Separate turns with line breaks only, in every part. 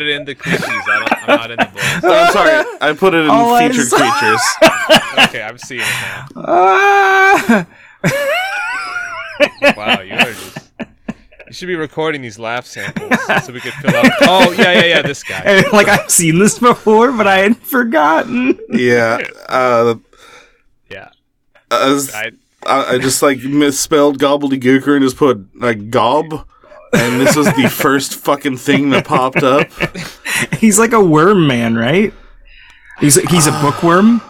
it in the creatures. I don't, I'm not in the
No, Oh, I'm sorry. I put it in
Oh, I'm
featured
sorry.
creatures.
book. Okay, I'm seeing it
Ah!
now. Wow, you are just. You should be recording these laugh samples so we could fill out. Oh yeah, yeah, yeah. This guy.
And, like I've seen this before, but I had forgotten.
Yeah. Uh,
Yeah,
I, was-
I,
I, I just like misspelled gobbledygooker and just put like gob. And this was the first fucking thing that popped up.
He's like a worm man, right? He's he's a bookworm.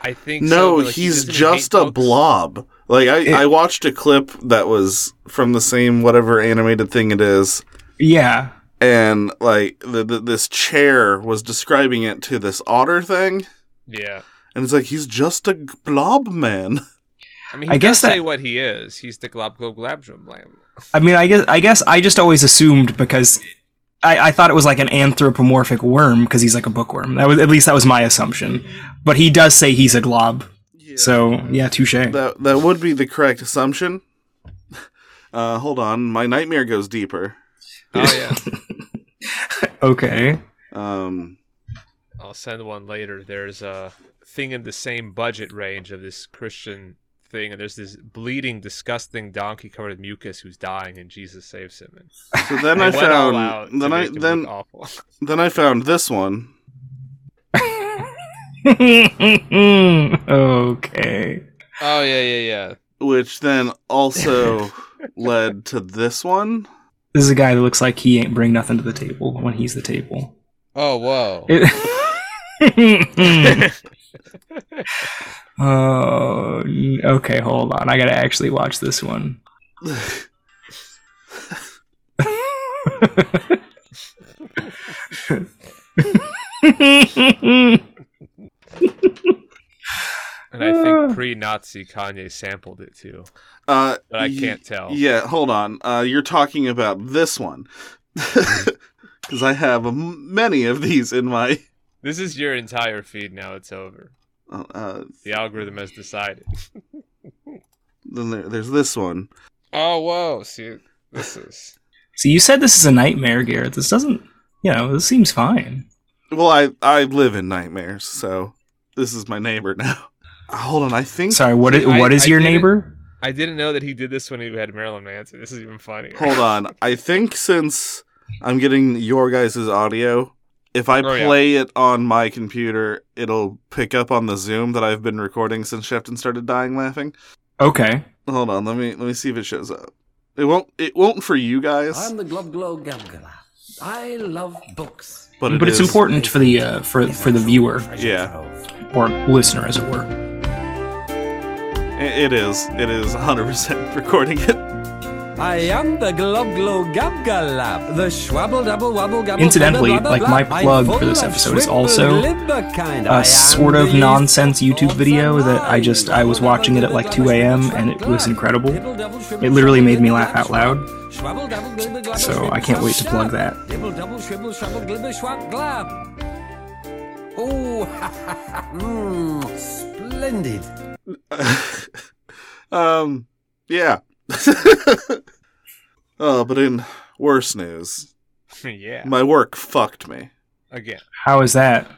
I think. so,
No,
but, like, he
he's
doesn't hate
just a
books.
blob. Like I, I watched a clip that was from the same whatever animated thing it is,
Yeah.
and like the, the, this chair was describing it to this otter thing,
Yeah,
and it's like he's just a g- blob man.
I mean,
I
I guess
guess that-
say what he is. He's the glob glob glabdrum lamb.
I mean, I guess I guess I just always assumed because I, I thought it was like an anthropomorphic worm because he's like a bookworm. That was at least that was my assumption. But he does say he's a glob. So yeah, touche.
That that would be the correct assumption. Uh, hold on, my nightmare goes deeper.
Oh yeah.
Okay.
Um,
I'll send one later. There's a thing in the same budget range of this Christian thing, and there's this bleeding, disgusting donkey covered in mucus who's dying, and Jesus saves him. And
so then I
they went all out to
found then I
make him
then
look awful.
then I found this one.
okay.
Oh yeah, yeah, yeah.
which then also led to this one.
This is a guy that looks like he ain't bring nothing to the table when he's the table.
Oh whoa.
It- oh, n- okay. Hold on. I gotta actually watch this one.
and I think pre-Nazi Kanye sampled it too,
Uh,
but I
y-
can't tell.
Yeah, hold on. Uh, you're talking about this one
Mm-hmm.
because I have m- many of these in my.
This is your entire feed now. It's over.
Uh, uh,
The algorithm has decided.
then there, there's this one.
Oh whoa. See, this is.
so you said this is a nightmare, Garrett. This doesn't, you know, this seems fine.
Well, I I live in nightmares, so this is my neighbor now. Uh, hold on, I think.
Sorry. What is
I-
what is
I
your
didn't-
neighbor?
I didn't know that he did this when he had Marilyn Manson. This is even funnier.
Hold on, I think since I'm getting your guys' audio, if I
Oh, yeah.
play it on my computer, it'll pick up on the Zoom that I've been recording since Shepton started dying laughing.
Okay.
Hold on, let me let me see if it shows up. It won't it won't for you guys,
I'm the Glob Glob Gabgala. I love books.
but, it
but it's
is-
important for the uh, for for the viewer
Yeah,
or listener, as it were.
i- it is. It is 100% recording it.
I am the Glob Glob Gabgala. The Schwabble Double Wabble Gabble.
Incidentally,
blah, blah,
like,
blah,
my
blah. I'm
plug
full
for this
of
episode is
triple
also
glibber kind. I am
A sort of
the
nonsense
least
YouTube
of
video that I
nine.
just I was watching it at like 2 a.m. and it was incredible. It literally made me laugh out loud.
Schwabble Double Glibber Glabber
So I
Shribble
can't wait to
Shwab
plug
Shab.
that.
Dibble Double Shribble Shrubble Glibber Schwab Glab. Oh, mm, splendid.
um, yeah. oh, but in worse news,
yeah.
my work fucked me.
Again.
How is that?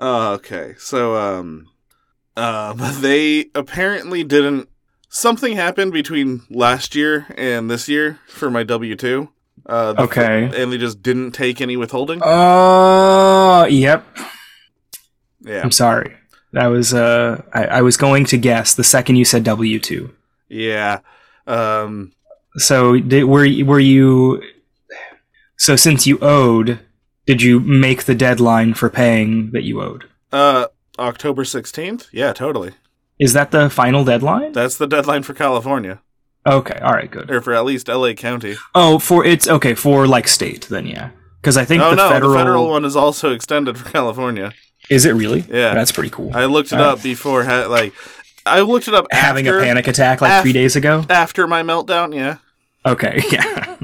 Uh, okay, so um, um, they apparently didn't. Something happened between last year and this year for my W two. Uh, the-
Okay. Oh.
and they just didn't take any withholding.
Uh, yep.
yeah,
I'm sorry. That was uh, I, I was going to guess the second you said W two.
yeah. Um,
So did, were y- were you? So since you owed, did you make the deadline for paying that you owed?
Uh, October 16th? Yeah, totally.
Is that the final deadline?
That's the deadline for California,
Okay. All right. Good.
or for at least LA County.
Oh, for it's okay for like state then yeah. Because I think
oh,
the,
no,
federal,
the federal one is also extended for California.
is it really?
Yeah.
That's pretty cool.
I looked it
All
up before, ha- like, I looked it up
Having
after,
a panic attack like
af-
three days ago.
after my meltdown, yeah.
Okay. Yeah.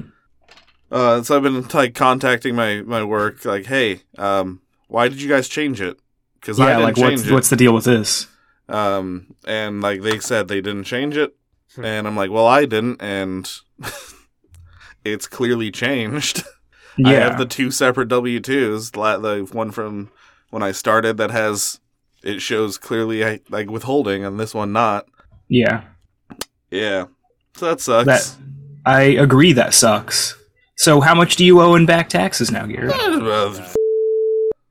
Uh, so I've been, like, contacting my, my work, like, hey, um, why did you guys change it? Because I
yeah.
didn't
Like
change
what's
it.
what's the deal with this?
um, and, like, they said they didn't change it. And I'm like, well, I didn't, and it's clearly changed. I have the two separate W twos. The one from when I started that has it shows clearly I, like withholding, and this one not.
yeah.
Yeah, so that sucks.
That I agree. That sucks. So how much do you owe in back taxes now, Garrett?
Uh,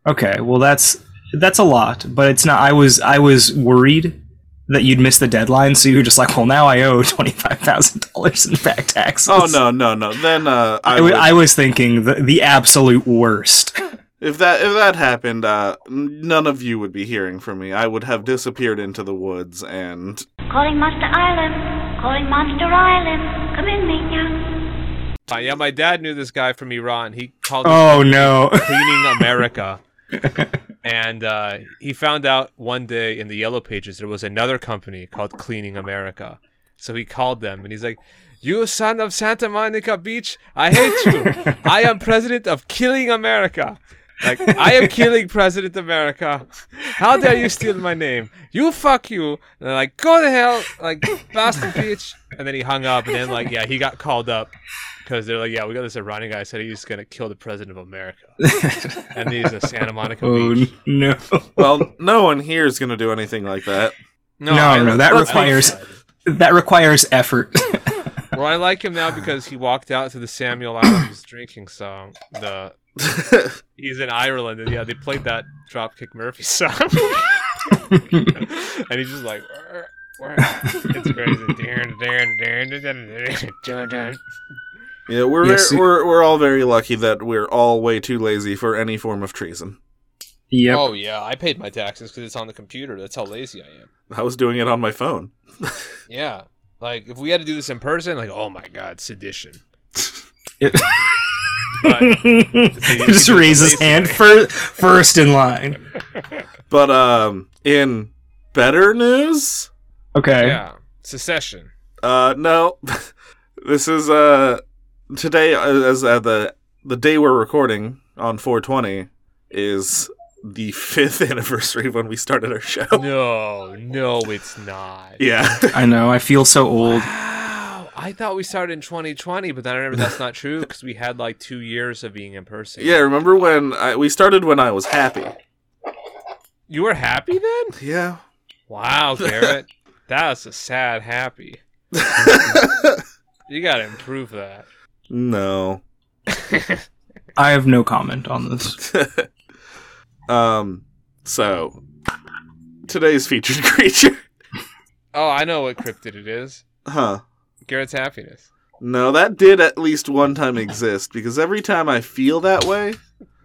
Okay, well that's that's a lot, but it's not. I was I was worried that you'd miss the deadline, so you were just like, well, now I owe twenty five thousand dollars in back taxes.
oh no, no, no. Then uh,
I,
I
w-
would-
I was thinking the, the absolute worst.
if that if that happened, uh, none of you would be hearing from me. I would have disappeared into the woods, and
Calling Monster Island. Calling Monster Island. Come in, Minya.
Uh, yeah, my dad knew this guy from Iran. He called him
Oh no!
Cleaning America. and uh, he found out one day in the Yellow Pages there was another company called Cleaning America. So he called them and he's like, You son of Santa Monica Beach, I hate you. I am president of Killing America. Like, I am killing President America. How dare you steal my name? You fuck you. And they're like, Go to hell, like, bastard bitch. And then he hung up and then, like, yeah, he got called up because they're like, Yeah, we got this Iranian guy said he's going to kill the president of America and he's a Santa Monica
Oh
Beach.
no!
well, no one here is going to do anything like that.
No, I-
No, no, that
let's be-
requires that requires effort.
well, I like him now because he walked out to the Samuel Adams drinking song. The he's in Ireland, and yeah, they played that Dropkick Murphy song, and he's just like, "Wah, wah." it's crazy.
yeah, we're
Yes,
ver-
you-
we're we're all very lucky that we're all way too lazy for any form of treason.
yep.
oh yeah, I paid my taxes because it's on the computer. That's how lazy I am.
I was doing it on my phone.
Yeah, like if we had to do this in person, like oh my god, sedition.
It-
But-
He just raise his hand first, first in line.
But um, in better news,
Okay.
Yeah, secession.
Uh, no. this is uh today as uh, the the day we're recording on 420 is the fifth anniversary of when we started our show.
No, no, it's not.
Yeah,
I know. I feel so old.
Wow, I thought we started in 2020, but then I remember that's not true because we had like two years of being in person.
yeah. Remember when I, we started when I was happy?
you were happy then.
Yeah.
Wow, Garrett, that was a sad happy. You gotta improve that.
no.
I have no comment on this.
Um. So today's featured creature,
Oh, I know what cryptid it is.
huh?
Garrett's happiness.
No, that did at least one time exist because every time I feel that way,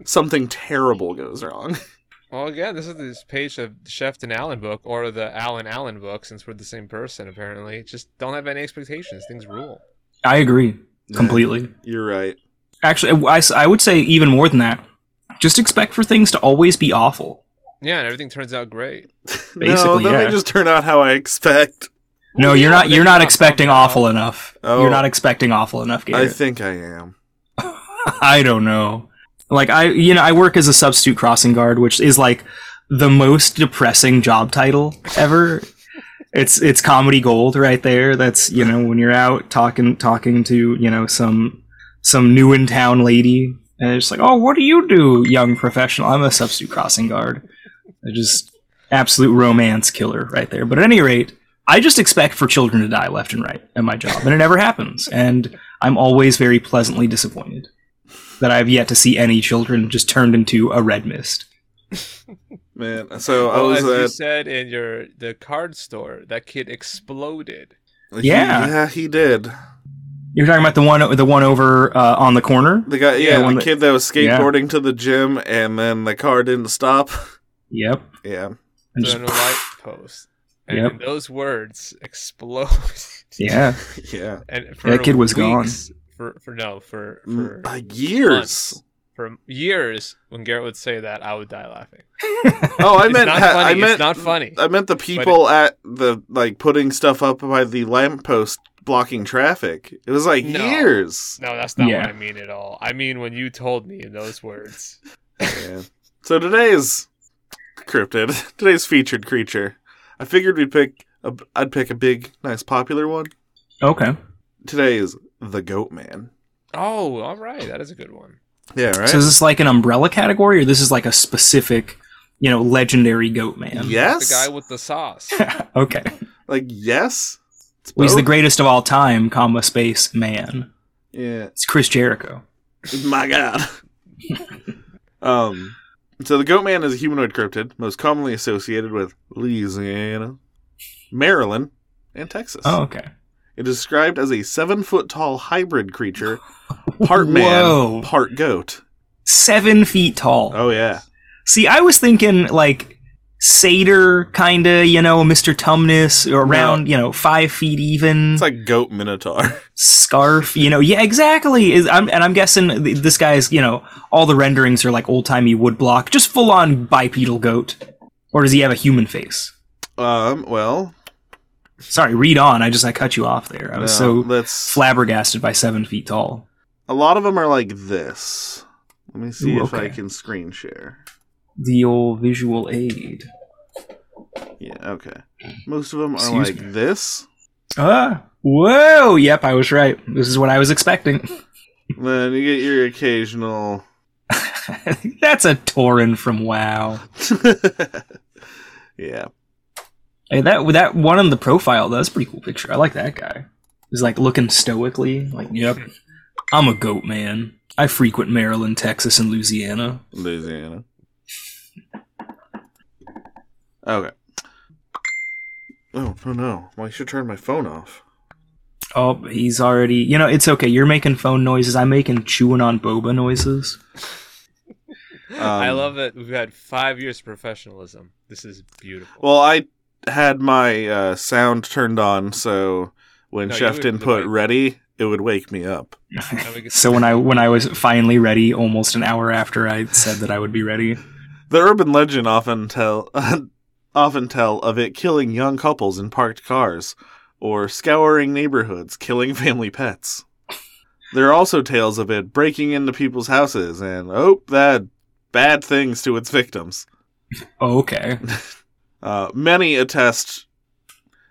something terrible goes wrong.
Well, again, this is this page of the Shefton Allen book or the Allen Allen book, since we're the same person apparently. Just don't have any expectations. Things rule.
I agree completely.
You're right.
Actually, I, I would say even more than that. Just expect for things to always be awful.
Yeah, and everything turns out great.
no,
Basically,
then they
yeah.
just turn out how I expect.
No,
Well,
you're
yeah,
not.
but
You're
it's
not
not
expecting
coming out.
awful enough.
Oh.
You're not expecting awful enough,
I
Garrett.
think I am.
I don't know. Like I, you know, I work as a substitute crossing guard, which is like the most depressing job title ever. it's it's comedy gold right there. That's you know when you're out talking talking to you know some some new in town lady, and it's like, oh, what do you do, young professional? I'm a substitute crossing guard. I just absolute romance killer right there. But at any rate, I just expect for children to die left and right at my job, and it never happens. And I'm always very pleasantly disappointed that I've yet to see any children just turned into a red mist.
Man, so oh,
Well,
I
as you
was
said in your the card store, that kid exploded.
at.
Yeah.
He, yeah, he did.
You're talking about the one the one over uh, on the corner.
The guy,
Yeah,
yeah,
the one
the
that-
kid that was
yeah.
skateboarding to the gym, and then the car didn't stop.
Yep.
Yeah,
And
the
just-
light post. And
Yep.
those words explode.
yeah.
yeah.
And
That kid was gone.
weeks- For, for no, for for,
Mm, uh, years.
months. for years, when Garrett would say that, I would die laughing.
Oh, I
It's
meant.
not
ha-
funny.
I meant.
it's not funny.
I meant the people at the like putting stuff up by the lamppost blocking traffic. It was like
No.
years.
No, that's not
Yeah.
what I mean at all. I mean when you told me in those words.
Yeah. So today's cryptid, today's featured creature. I figured we'd pick. A, I'd pick a big, nice, popular one.
Okay.
Today is the Goat Man.
Oh, all right, that is a good one.
Yeah, right.
So is this like an umbrella category, or this is like a specific, you know, legendary goat man?
The
yes.
guy with the sauce.
Okay.
like yes. It's
Well, he's the
both.
greatest of all time, comma space man.
Yeah.
It's Chris Jericho.
My God. um. So the goat man is a humanoid cryptid, most commonly associated with Louisiana, Maryland, and Texas.
Oh, okay.
It is described as a seven foot tall hybrid creature, part man,
Whoa.
part goat.
Seven feet tall.
Oh yeah.
See, I was thinking like satyr, kinda, you know, Mister Tumnus, or around, you know, five feet even,
It's like goat minotaur.
scarf, you know, yeah, exactly. Is I'm and I'm guessing th- this guy's, you know, all the renderings are like old timey wood block, just full on bipedal goat, or does he have a human face?
Um. Well,
Sorry, read on. I just I cut you off there. I was so
that's
flabbergasted by seven feet tall.
a lot of them are like this. Let me see
Ooh,
if I
okay.
can screen share.
The old visual aid.
Yeah. Okay. Most of them are
Excuse
like
me.
this.
Ah, whoa! Yep, I was right. This is what I was expecting.
Then you get your occasional.
That's a Torin from WoW.
yeah.
Hey, that that one on the profile, that's a pretty cool picture. I like that guy. He's like looking stoically, like, yep, I'm a goat man. I frequent Maryland, Texas, and Louisiana.
Louisiana. Okay. Oh, no, no. Well, I should turn my phone off.
Oh, he's already. You know, it's okay. You're making phone noises. I'm making chewing on boba noises.
I
Um,
love it. We've had five years of professionalism. This is beautiful.
Well, I had my uh, sound turned on, so when
No, you
Chef
would
didn't put
delight.
ready, it would wake me up.
Now we can-
So when I when I was finally ready, almost an hour after I said that I would be ready,
The urban legend often tell often tell of it killing young couples in parked cars or scouring neighborhoods, killing family pets. There are also tales of it breaking into people's houses and oh, that bad things to its victims.
oh, okay,
Uh, many attest,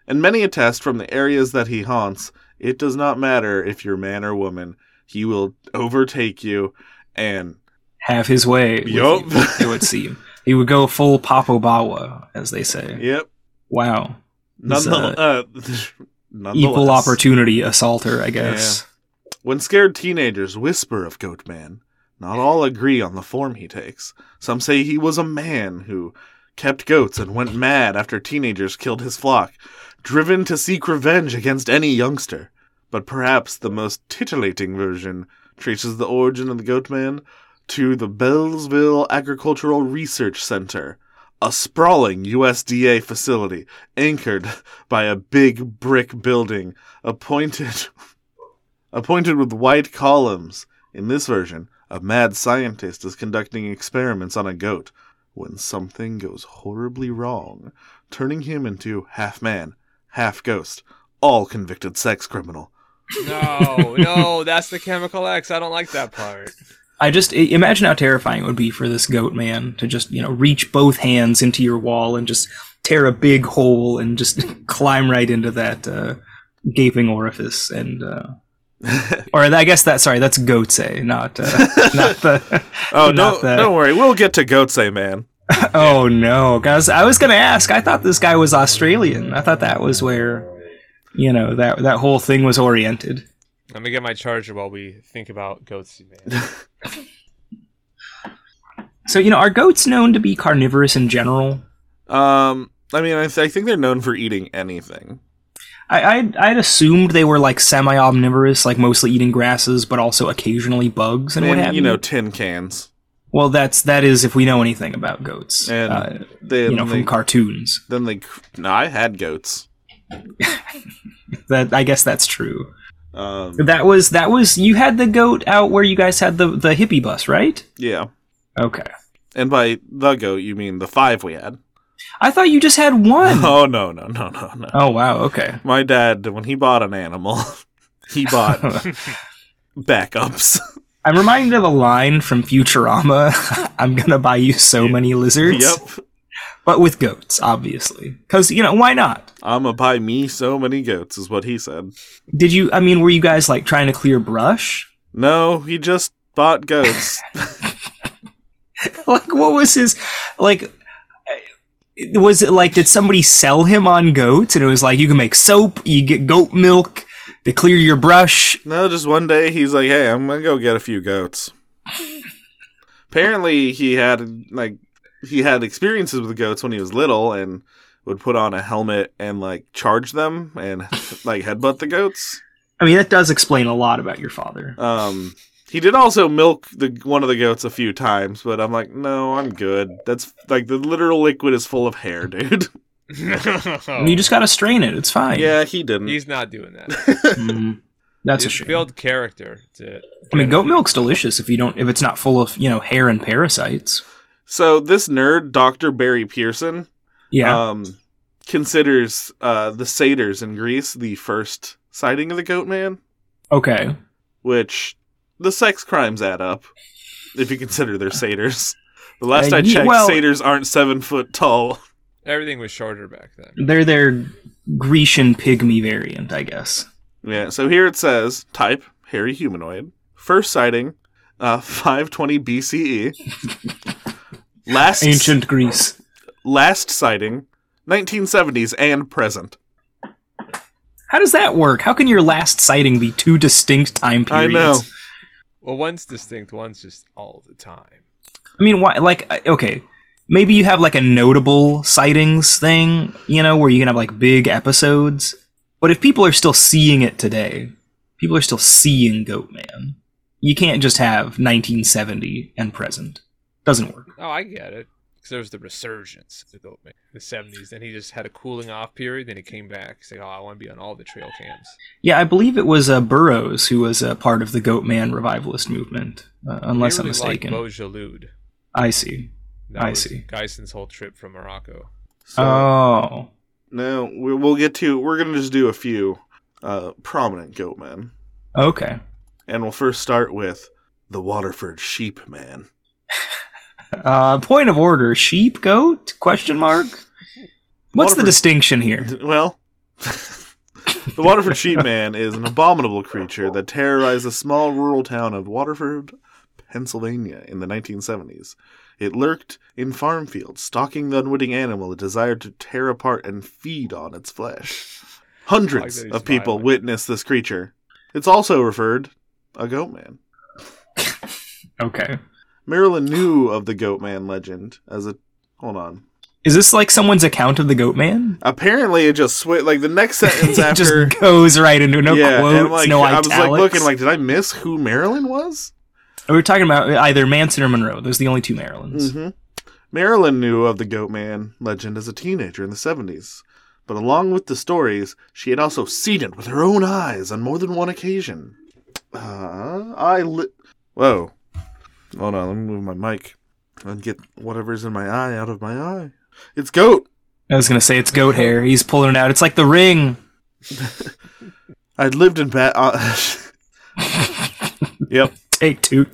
and many attest from the areas that he haunts. It does not matter if you're man or woman; he will overtake you, and
have his way. with
Yup.
you, It would seem he would go full Popobawa, as they say.
yep,
Wow. Is that
nonetheless, uh,
equal
nonetheless.
opportunity assaulter, I guess.
When scared teenagers whisper of Goatman, not all agree on the form he takes. Some say he was a man who kept goats and went mad after teenagers killed his flock, driven to seek revenge against any youngster. But perhaps the most titillating version traces the origin of the Goatman to the Bellsville Agricultural Research Center, a sprawling USDA facility anchored by a big brick building appointed appointed with white columns. In this version, a mad scientist is conducting experiments on a goat when something goes horribly wrong, turning him into half man, half ghost, all convicted sex criminal.
no, no, that's the chemical X. I don't like that part.
I just i- imagine how terrifying it would be for this goat man to just, you know, reach both hands into your wall and just tear a big hole and just climb right into that uh, gaping orifice and. Uh, or I guess that sorry, that's Goatse, not uh, not the.
Oh,
Not
no,
that.
don't worry. We'll get to Goatse, man.
Oh no, guys! I was gonna ask. I thought this guy was Australian. I thought that was where, you know, that that whole thing was oriented.
Let me get my charger while we think about goats, man.
So you know, are goats known to be carnivorous in general?
Um, I mean, I, th- I think they're known for eating anything.
I, I'd, I'd assumed they were like semi omnivorous, like mostly eating grasses, but also occasionally bugs and, what have
And, you know, tin cans.
Well, that's that is if we know anything about goats,
And
uh,
then,
you know,
they,
from cartoons.
then they. cr- No, I had goats.
That I guess that's true.
Um,
That was that was you had the goat out where you guys had the the hippie bus, right?
yeah.
Okay,
And by the goat, you mean the five we had.
I thought you just had one.
Oh no no no no no!
oh wow, okay.
My dad, when he bought an animal, he bought backups.
I'm reminded of a line from Futurama. I'm gonna buy you so many lizards,
yep,
but with goats, obviously, because you know why not?
I'ma buy me so many goats, is what he said.
Did you? I mean, were you guys like trying to clear brush?
No, he just Bought goats.
like what was his like uh, was it like did somebody sell him on goats and it was like you can make soap you get goat milk they clear your brush
No, just one day he's like, "Hey, I'm gonna go get a few goats." Apparently, he had like he had experiences with goats when he was little, and would put on a helmet and like charge them and like headbutt the goats.
i mean that does explain a lot about your father
Um, he did also milk the one of the goats a few times, but I'm like, no, I'm good. That's like the literal liquid is full of hair, dude.
you just gotta strain it it's fine
yeah, he didn't.
He's not doing that.
Mm. that's a
Just
shame
build character to.
i mean goat milk's delicious if you don't if it's not full of you know hair and parasites
so this nerd, Doctor Barry Pearson,
yeah
um, considers uh, the satyrs in Greece the first sighting of the goat man,
okay
which the sex crimes add up if you consider they're satyrs. The last
Uh,
I
ye-
checked,
well-
satyrs aren't seven foot tall.
Everything was shorter back then.
they're their grecian pygmy variant i guess
Yeah, so here it says type hairy humanoid. First sighting, uh, 520 BCE. E. last
ancient greece
last sighting, 1970s and present.
how does that work how can your last sighting be two distinct time
I
periods
know.
Well, one's distinct, one's just all the time.
I mean, why? Like, I- okay, maybe you have like a notable sightings thing, you know, where you can have like big episodes. But if people are still seeing it today, people are still seeing Goatman. You can't just have 1970 and present. Doesn't work.
Oh, I get it. Because there was the resurgence of the goat man in the 70s. Then he just had a cooling off period. Then he came back. He's like, oh, I want to be on all the trail cams.
Yeah, I believe it was uh, Burroughs who was a part of the Goatman revivalist movement, uh, unless
He
I'm
really liked
mistaken.
Beaujolud.
I see.
That
I
was
see.
Geison's whole trip from Morocco.
So,
oh,
no, we, we'll get to, we're going to just do a few uh, prominent goat men.
okay.
And we'll first start with the Waterford Sheep Man.
Uh, point of order: sheep, goat? Question mark. What's the
Waterford-
distinction here?
Well, the Waterford Sheep Man is an abominable creature that terrorized the small rural town of Waterford, Pennsylvania in the 1970s. It lurked in farm fields, stalking the unwitting animal it desired to tear apart and feed on its flesh. Hundreds
I like that he's
of people
violent.
witnessed this creature. It's also referred a goat man.
Okay.
Marilyn knew of the goat man legend as a hold on.
Is this like someone's account of the goat man?
Apparently it just swi like the next sentence
it
after
just goes right into no quotes,
and, like,
no
I
italics.
was like looking like, did I miss who Marilyn was?
we were talking about either Manson or Monroe. Those are the only two Marylands.
Mm-hmm. Marilyn knew of the Goatman legend as a teenager in the seventies, but along with the stories, she had also seen it with her own eyes on more than one occasion. Uh, I li- whoa, hold on, let me move my mic and get whatever's in my eye out of my eye. It's goat.
I was gonna say it's goat hair. He's pulling it out. It's like the ring.
I'd lived in Ba Uh, yep.
Take two.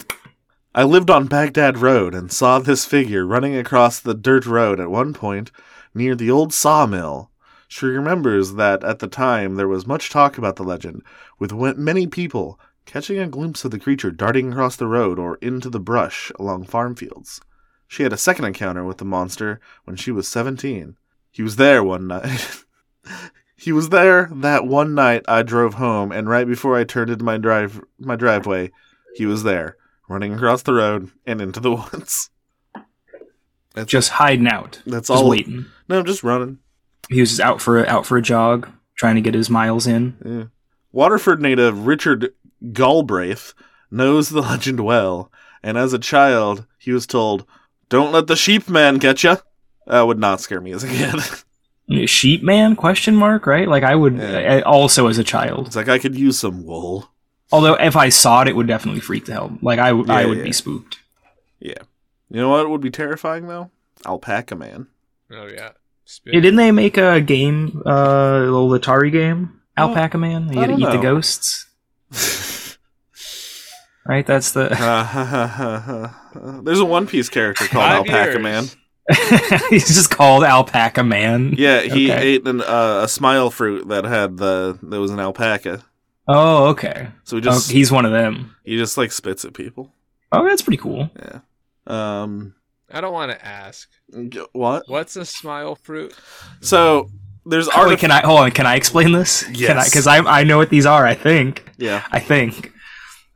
I lived on Baghdad Road and saw this figure running across the dirt road at one point near the old sawmill. She remembers that at the time there was much talk about the legend, with wa- many people catching a glimpse of the creature darting across the road or into the brush along farm fields. She had a second encounter with the monster when she was 17. He was there one night. he was there that one night I drove home, and right before I turned into my drive my driveway, he was there running across the road and into the woods. That's
Just hiding out.
that's
Just
all.
waiting.
No, just running.
He was just out for a, out for a jog, trying to get his miles in.
Yeah. Waterford native Richard Galbraith knows the legend well, and as a child, he was told, "Don't let the sheep man get you." That would not scare me as a kid.
Sheep man? Question mark? Right? Like I would
Yeah.
I- also as a child.
it's like I could use some wool.
Although if I saw it, it would definitely freak the hell. Like I, w- I
Yeah,
would
yeah.
be spooked.
You know what would be terrifying though? Alpaca man.
Oh, yeah. Spit.
Yeah, didn't they make a game, uh, a little Atari game,
Oh,
Alpaca Man? You
I
had to
don't
eat the
know.
ghosts, right? That's the
Uh, There's a One Piece character called
Five
Alpaca
years.
Man.
he's just called Alpaca Man.
Yeah, he
Okay.
ate an, uh, a smile fruit that had the that was an alpaca.
Oh, okay.
So he just
oh, he's one of them.
he just like spits at people.
Oh, that's pretty cool.
Um,
I don't want to ask.
g- what?
What's a smile fruit?
So there's
Oh,
art.
Wait, can I hold on? Can I explain this?
Yes.
Because I, I know what these are. I think.
yeah,
I think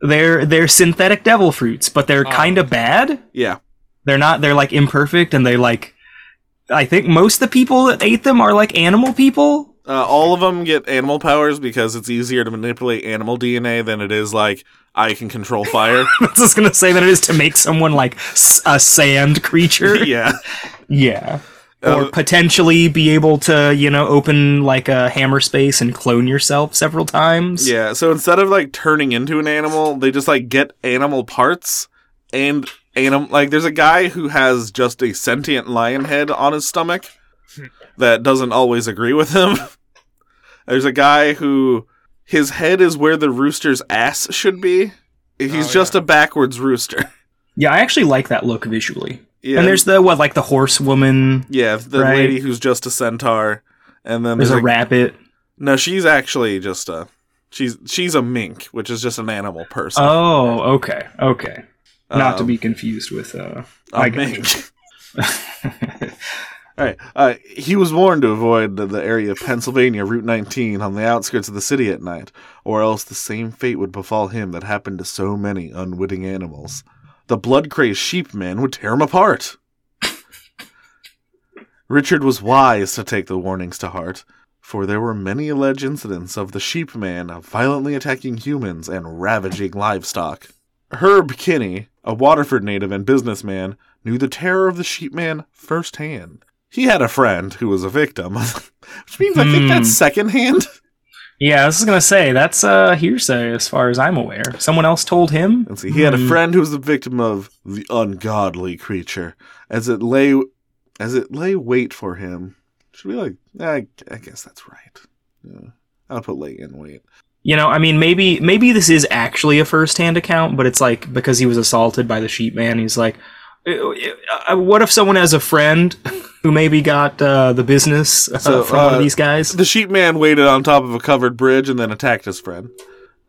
they're they're synthetic devil fruits, but they're
Oh.
kind of bad.
yeah.
They're not. They're like imperfect, and they like. I think most of the people that ate them are like animal people.
Uh, all of them get animal powers because it's easier to manipulate animal DNA than it is like I can control fire.
I was just gonna say that it is to make someone like s- a sand creature.
yeah.
Yeah.
Uh,
Or potentially be able to, you know, open like a hammer space and clone yourself several times.
Yeah, so instead of like turning into an animal, they just like get animal parts and animal like there's a guy who has just a sentient lion head on his stomach that doesn't always agree with him. there's a guy who his head is where the rooster's ass should be. He's
Oh,
just
yeah.
a backwards rooster.
Yeah, I actually like that look visually.
Yeah.
And there's the what, like the horse woman.
yeah, the
right.
lady who's just a centaur and then
There's
there's,
a
a,
rabbit.
No, she's actually just a she's she's a mink, which is just an animal person.
Oh, okay, okay. Not to
Um,
be confused with uh,
a
I got
mink. All right. Uh, he was warned to avoid the, the area of Pennsylvania Route 19 on the outskirts of the city at night, or else the same fate would befall him that happened to so many unwitting animals. The blood crazed sheepman would tear him apart. Richard was wise to take the warnings to heart, for there were many alleged incidents of the sheepman violently attacking humans and ravaging livestock. Herb Kinney, a Waterford native and businessman, knew the terror of the sheepman firsthand. He had a friend who was a victim, which means I think that's
Hmm.
secondhand.
yeah, I was just gonna say that's uh, hearsay as far as I'm aware. Someone else told him.
Let's see. He had a
Hmm.
friend who was the victim of the ungodly creature, as it lay, as it lay wait for him. Should we like? I, I guess that's right. Yeah. I'll put lay in wait.
You know, I mean, maybe maybe this is actually a first-hand account, but it's like because he was assaulted by the sheep man, he's like, "Uh, uh, what if someone has a friend who maybe got uh, the business uh,
So,
from one
uh,
of these guys?
The sheepman waited on top of a covered bridge and then attacked his friend.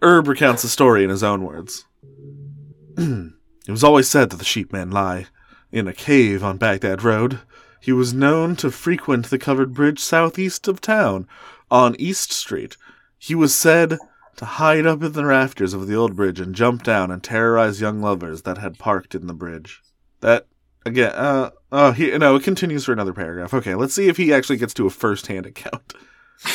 Erb recounts the story in his own words. it was always said that the sheepman lie in a cave on Baghdad Road. He was known to frequent the covered bridge southeast of town on East Street. He was said to hide up in the rafters of the old bridge and jump down and terrorize young lovers that had parked in the bridge. That again, uh, oh, he, no, it continues for another paragraph. Okay, let's see if he actually gets to a first-hand account.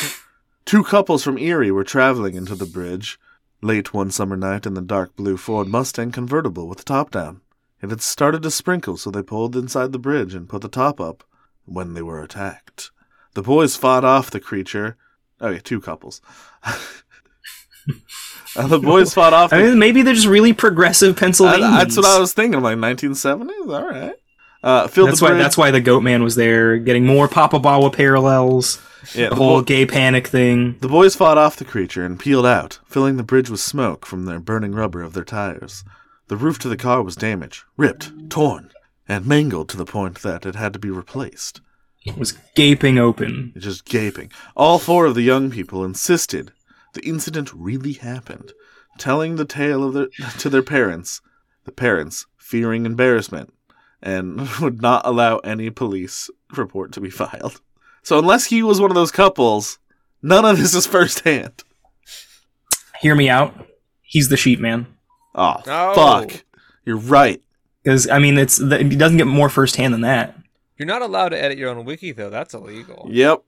Two couples from Erie were traveling into the bridge late one summer night in the dark blue Ford Mustang convertible with the top down. It had started to sprinkle, so they pulled inside the bridge and put the top up when they were attacked. The boys fought off the creature. Okay, two couples. and the boys fought off the
I mean, maybe they're just really progressive Pennsylvania.
I- that's what I was thinking. I'm like 1970s. All right. Uh, filled
That's
the
why.
bridge.
That's why the goat man was there, getting more Papa Bawa parallels. the
Yeah, the
whole
bo-
gay panic thing.
The boys fought off the creature and peeled out, filling the bridge with smoke from their burning rubber of their tires. The roof to the car was damaged, ripped, torn, and mangled to the point that it had to be replaced.
was gaping open.
It's just gaping. All four of the young people insisted the incident really happened, telling the tale of their, to their parents. The parents, fearing embarrassment, and would not allow any police report to be filed. So unless he was one of those couples, none of this is firsthand.
Hear me out. He's the sheep man.
Oh,
No.
fuck! You're right.
Because I mean, it's the, it doesn't get more firsthand than that.
You're not allowed to edit your own wiki though. That's illegal.
Yep.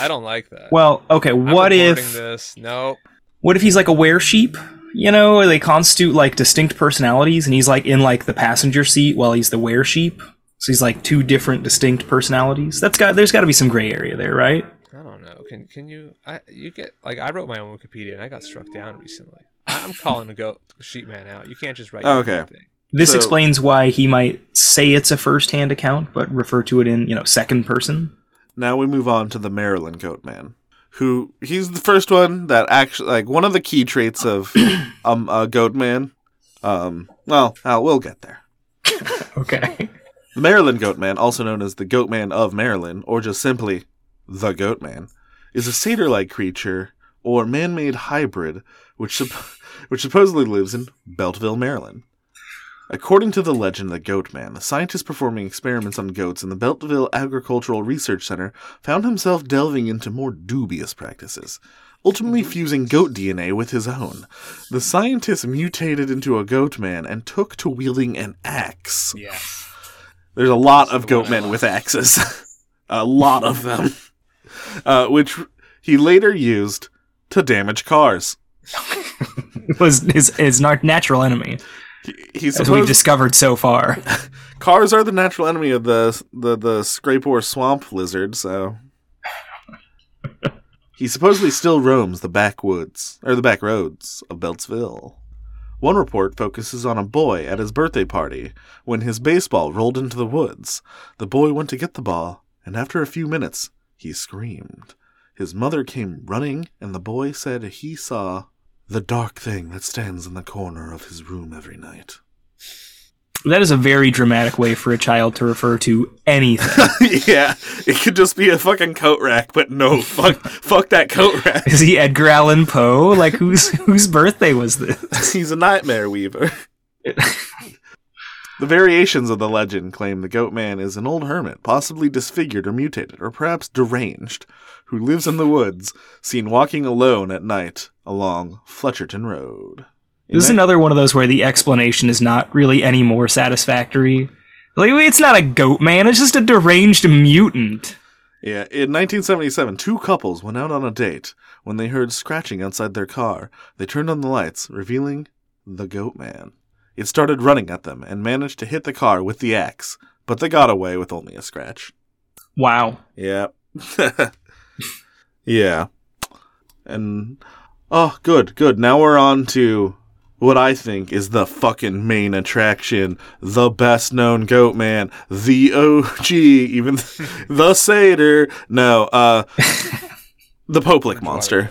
I don't like that.
Well, okay.
I'm
What
recording
if?
this? No.
What if he's like a were sheep? You know, they constitute like distinct personalities, and he's like in like the passenger seat while he's the were sheep. So he's like two different distinct personalities. That's got there's got to be some gray area there, right?
I don't know. Can can you? I you get like I wrote my own Wikipedia and I got struck down recently. I- I'm calling a goat sheep man out. You can't just write. your own
Okay.
thing.
This
So-
explains why he might say it's a first-hand account, but refer to it in you know second person.
Now we move on to the Maryland goat man, who he's the first one that actually like one of the key traits of um a goat man. Um, well, uh, we'll get there.
Okay.
The Maryland goat man, also known as the goat man of Maryland, or just simply the goat man, is a satyr-like creature or man-made hybrid which sup- which supposedly lives in Beltville, Maryland. According to the legend, the Goat Man, a scientist performing experiments on goats in the Beltville Agricultural Research Center, found himself delving into more dubious practices, ultimately
Mm-hmm.
fusing goat DNA with his own. The scientist mutated into a goat man and took to wielding an axe.
Yeah.
There's a lot of
the one
goat
I
men
like.
with axes. a lot of them. Uh, which he later used to damage cars.
was his his not natural enemy,
He, he
as we've
supposed-
discovered so far.
cars are the natural enemy of the the the scrape or swamp lizard, so he supposedly still roams the backwoods or the back roads of Beltsville. One report focuses on a boy at his birthday party when his baseball rolled into the woods. The boy went to get the ball, and after a few minutes, he screamed. His mother came running, and the boy said he saw the dark thing that stands in the corner of his room every night.
That is a very dramatic way for a child to refer to anything.
yeah, it could just be a fucking coat rack, but no, fuck, fuck that coat rack.
Is he Edgar Allan Poe? Like whose whose birthday was this?
He's a nightmare weaver. the variations of the legend claim the goat man is an old hermit, possibly disfigured or mutated, or perhaps deranged, who lives in the woods, seen walking alone at night along Fletcherton Road. In
This is
that-
another one of those where the explanation is not really any more satisfactory. Like it's not a goat man, it's just a deranged mutant.
Yeah, in 1977, two couples went out on a date. When they heard scratching outside their car, they turned on the lights, revealing the Goat Man. It started running at them and managed to hit the car with the axe, but they got away with only a scratch.
Wow.
Yeah. yeah. And oh, good, good. Now we're on to what I think is the fucking main attraction, the best known goat man, the OG, even the satyr. No, uh the Poplick monster.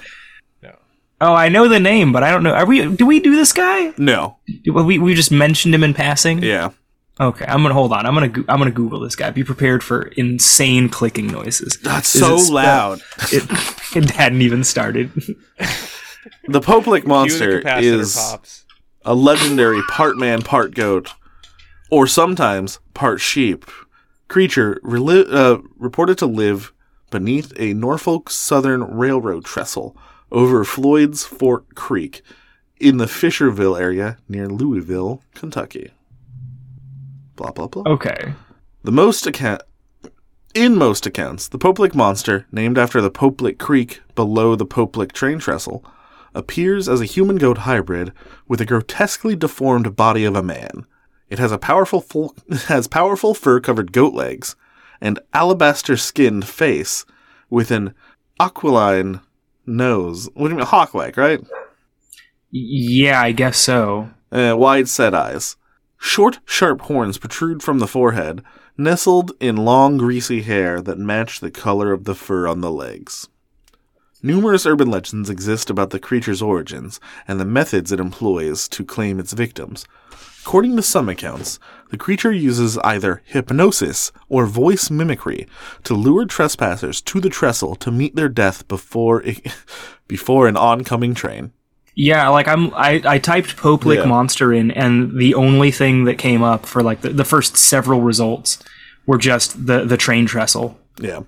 Oh, I know the name, but I don't know. Are we? Do we do this guy?
No.
Do- We we just mentioned him in passing.
Yeah.
Okay, I'm gonna hold on. I'm gonna go- I'm gonna Google this guy. Be prepared for insane clicking noises.
That's
Is
so
it spell-
loud.
It, it hadn't even started.
The Poplick
Cue
monster
the capacitor
is
pops.
a legendary part man, part goat, or sometimes part sheep creature reli- uh, reported to live beneath a Norfolk Southern Railroad trestle over Floyd's Fork Creek in the Fisherville area near Louisville, Kentucky. Blah, blah, blah.
Okay.
The most account. In most accounts, the Poplick monster, named after the Poplick Creek below the Poplick train trestle, appears as a human goat hybrid with a grotesquely deformed body of a man. It has a powerful full, has powerful fur-covered goat legs and alabaster-skinned face with an aquiline nose. What do you mean hawk-like, right?
Yeah, I guess so.
uh, wide set eyes. Short, sharp horns protrude from the forehead, nestled in long, greasy hair that match the color of the fur on the legs. Numerous urban legends exist about the creature's origins and the methods it employs to claim its victims. According to some accounts, the creature uses either hypnosis or voice mimicry to lure trespassers to the trestle to meet their death before, before an oncoming train.
Yeah, like I'm I, I typed Poplick
Yeah.
monster in, and the only thing that came up for like the, the first several results were just the the train trestle
Yeah.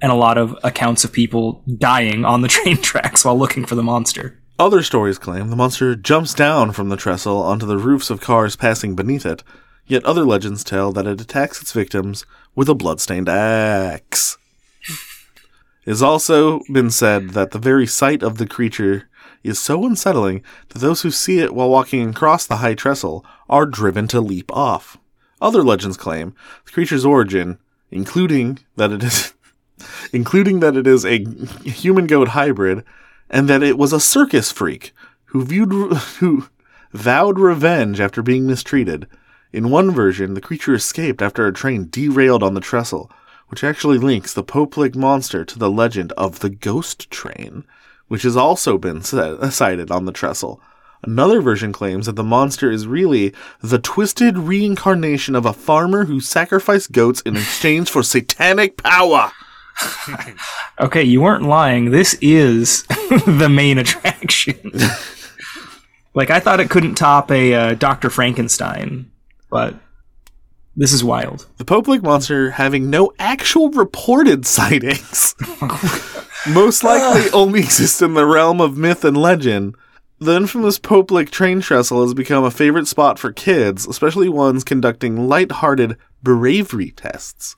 and a lot of accounts of people dying on the train tracks while looking for the monster.
Other stories claim the monster jumps down from the trestle onto the roofs of cars passing beneath it, yet other legends tell that it attacks its victims with a bloodstained axe. It has also been said that the very sight of the creature is so unsettling that those who see it while walking across the high trestle are driven to leap off. Other legends claim the creature's origin, including that it is including that it is a human goat hybrid and that it was a circus freak who viewed who vowed revenge after being mistreated. In one version, the creature escaped after a train derailed on the trestle, which actually links the Poplick monster to the legend of the ghost train, which has also been sa- cited on the trestle. Another version claims that the monster is really the twisted reincarnation of a farmer who sacrificed goats in exchange for satanic power.
Okay, you weren't lying. This is the main attraction. Like I thought it couldn't top a uh, Doctor Frankenstein, but this is wild.
The Pope Lake monster having no actual reported sightings. Most likely only exist in the realm of myth and legend. The infamous Pope Lake train trestle has become a favorite spot for kids, especially ones conducting light-hearted bravery tests,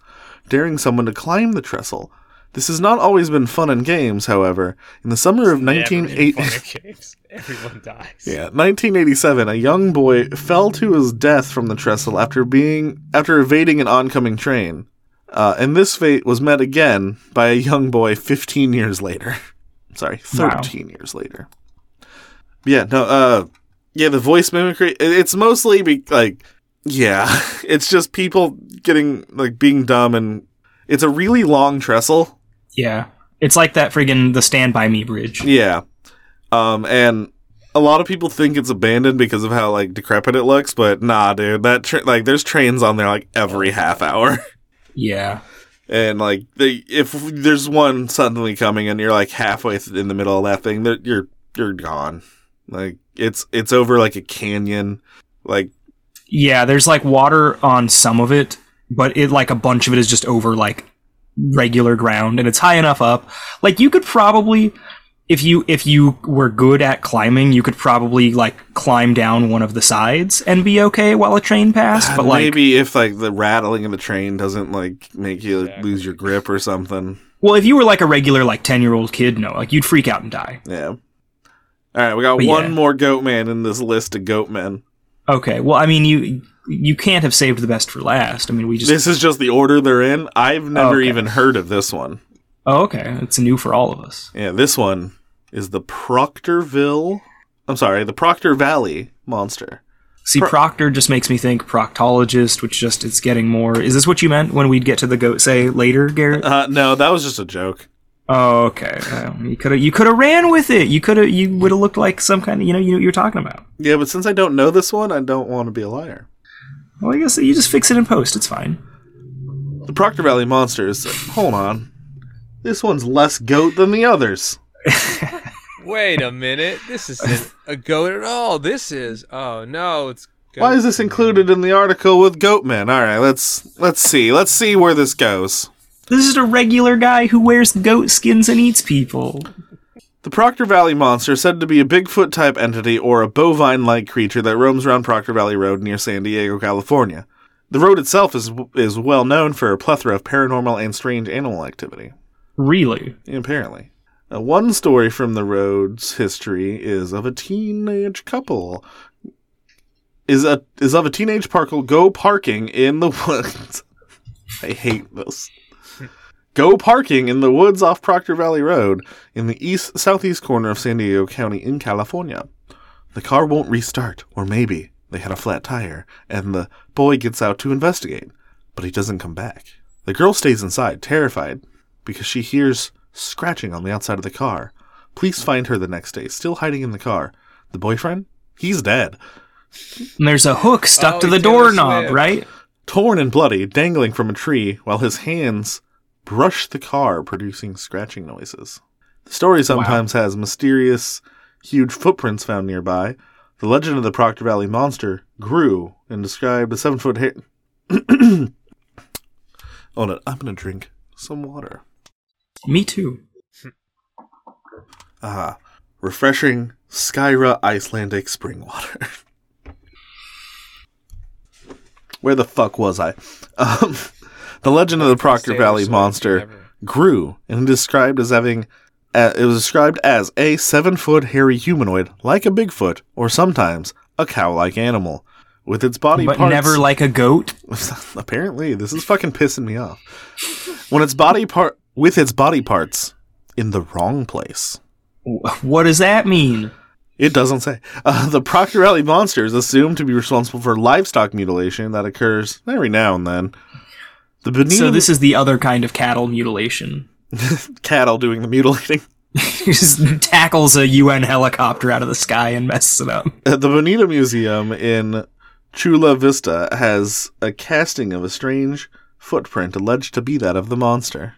daring someone to climb the trestle. This has not always been fun and games, however. In the summer of 1980,
Everyone dies.
Yeah, 1987, a young boy fell to his death from the trestle after being after evading an oncoming train. Uh, and this fate was met again by a young boy 15 years later. Sorry, 13 years later. But yeah, no, uh, yeah, the voice mimicry, it- it's mostly be- like, yeah, it's just people getting, like, being dumb and it's a really long trestle.
Yeah, it's like that friggin' the Stand By Me bridge.
Yeah. Um, and a lot of people think it's abandoned because of how like decrepit it looks, but nah, dude. That tra- like there's trains on there like every half hour,
Yeah,
and like they if there's one suddenly coming and you're like halfway th- in the middle of that thing, that you're you're gone. Like it's it's over like a canyon. Like
yeah. There's like water on some of it, but it like a bunch of it is just over like regular ground, and it's high enough up. Like you could probably, if you if you were good at climbing, you could probably like climb down one of the sides and be okay while a train passed. But like,
Uh, maybe if like the rattling of the train doesn't like make you lose your grip or something.
well, if you were like a regular like ten year old kid, no, like you'd freak out and die.
Yeah. All right, we got
But
one
yeah.
more goat man in this list of goat men.
Okay, well, I mean you you can't have saved the best for last. I mean we just
This is just the order they're in. I've never
Okay.
even heard of this one.
oh okay, it's new for all of us.
Yeah, this one is the Proctorville. I'm sorry, the Proctor Valley monster.
See, proctor just makes me think proctologist, which just it's getting more. Is this what you meant when we'd get to the goat say later, Garrett?
Uh, no, that was just a joke.
oh, okay. Well, you could have you could have ran with it. You could have you would have looked like some kind of you know you know what you're talking about.
Yeah, but since I don't know this one, I don't want to be a liar.
Well, I guess you just fix it in post. It's fine.
The Proctor Valley monster is. Hold on. This one's less goat than the others.
Wait a minute. This isn't a goat at all. This is. Oh no, it's. Goat.
Why is this included in the article with Goatman? All right, let's let's see. Let's see where this goes.
This is a regular guy who wears goat skins and eats people.
The Proctor Valley monster, said to be a Bigfoot type entity or a bovine like creature that roams around Proctor Valley Road near San Diego, California. The road itself is is well known for a plethora of paranormal and strange animal activity.
Really?
Apparently, Uh, one story from the road's history is of a teenage couple is a is of a teenage couple go parking in the woods. I hate this. Go parking in the woods off Proctor Valley Road in the east southeast corner of San Diego County in California. The car won't restart, or maybe they had a flat tire, and the boy gets out to investigate, but he doesn't come back. The girl stays inside, terrified, because she hears scratching on the outside of the car. Police find her the next day, still hiding in the car. The boyfriend? He's dead.
And there's a hook stuck
Oh,
to the
he Taylor
doorknob,
Swift.
right?
torn and bloody, dangling from a tree while his hands brush the car, producing scratching noises. The story sometimes has mysterious, huge footprints found nearby. The legend of the Proctor Valley monster grew and described a seven foot hair. Hold it, I'm gonna drink some water.
Me too.
Ah, refreshing Skyra Icelandic spring water. Where the fuck was I? Um, the legend of the Proctor
Taylor
Valley
Swift,
monster
whatever.
grew and described as having. Uh, it was described as a seven foot hairy humanoid, like a Bigfoot, or sometimes a cow like animal, with its body
But
parts.
never like a goat.
Apparently, this is fucking pissing me off. When its body part. with its body parts in the wrong place.
Wh- What does that mean?
It doesn't say. Uh, the Proctor Valley monster is assumed to be responsible for livestock mutilation that occurs every now and then. The Benini
So this is the other kind of cattle mutilation.
cattle doing the mutilating.
He just tackles a UN helicopter out of the sky and messes it up.
Uh, the Bonita Museum in Chula Vista has a casting of a strange footprint alleged to be that of the monster.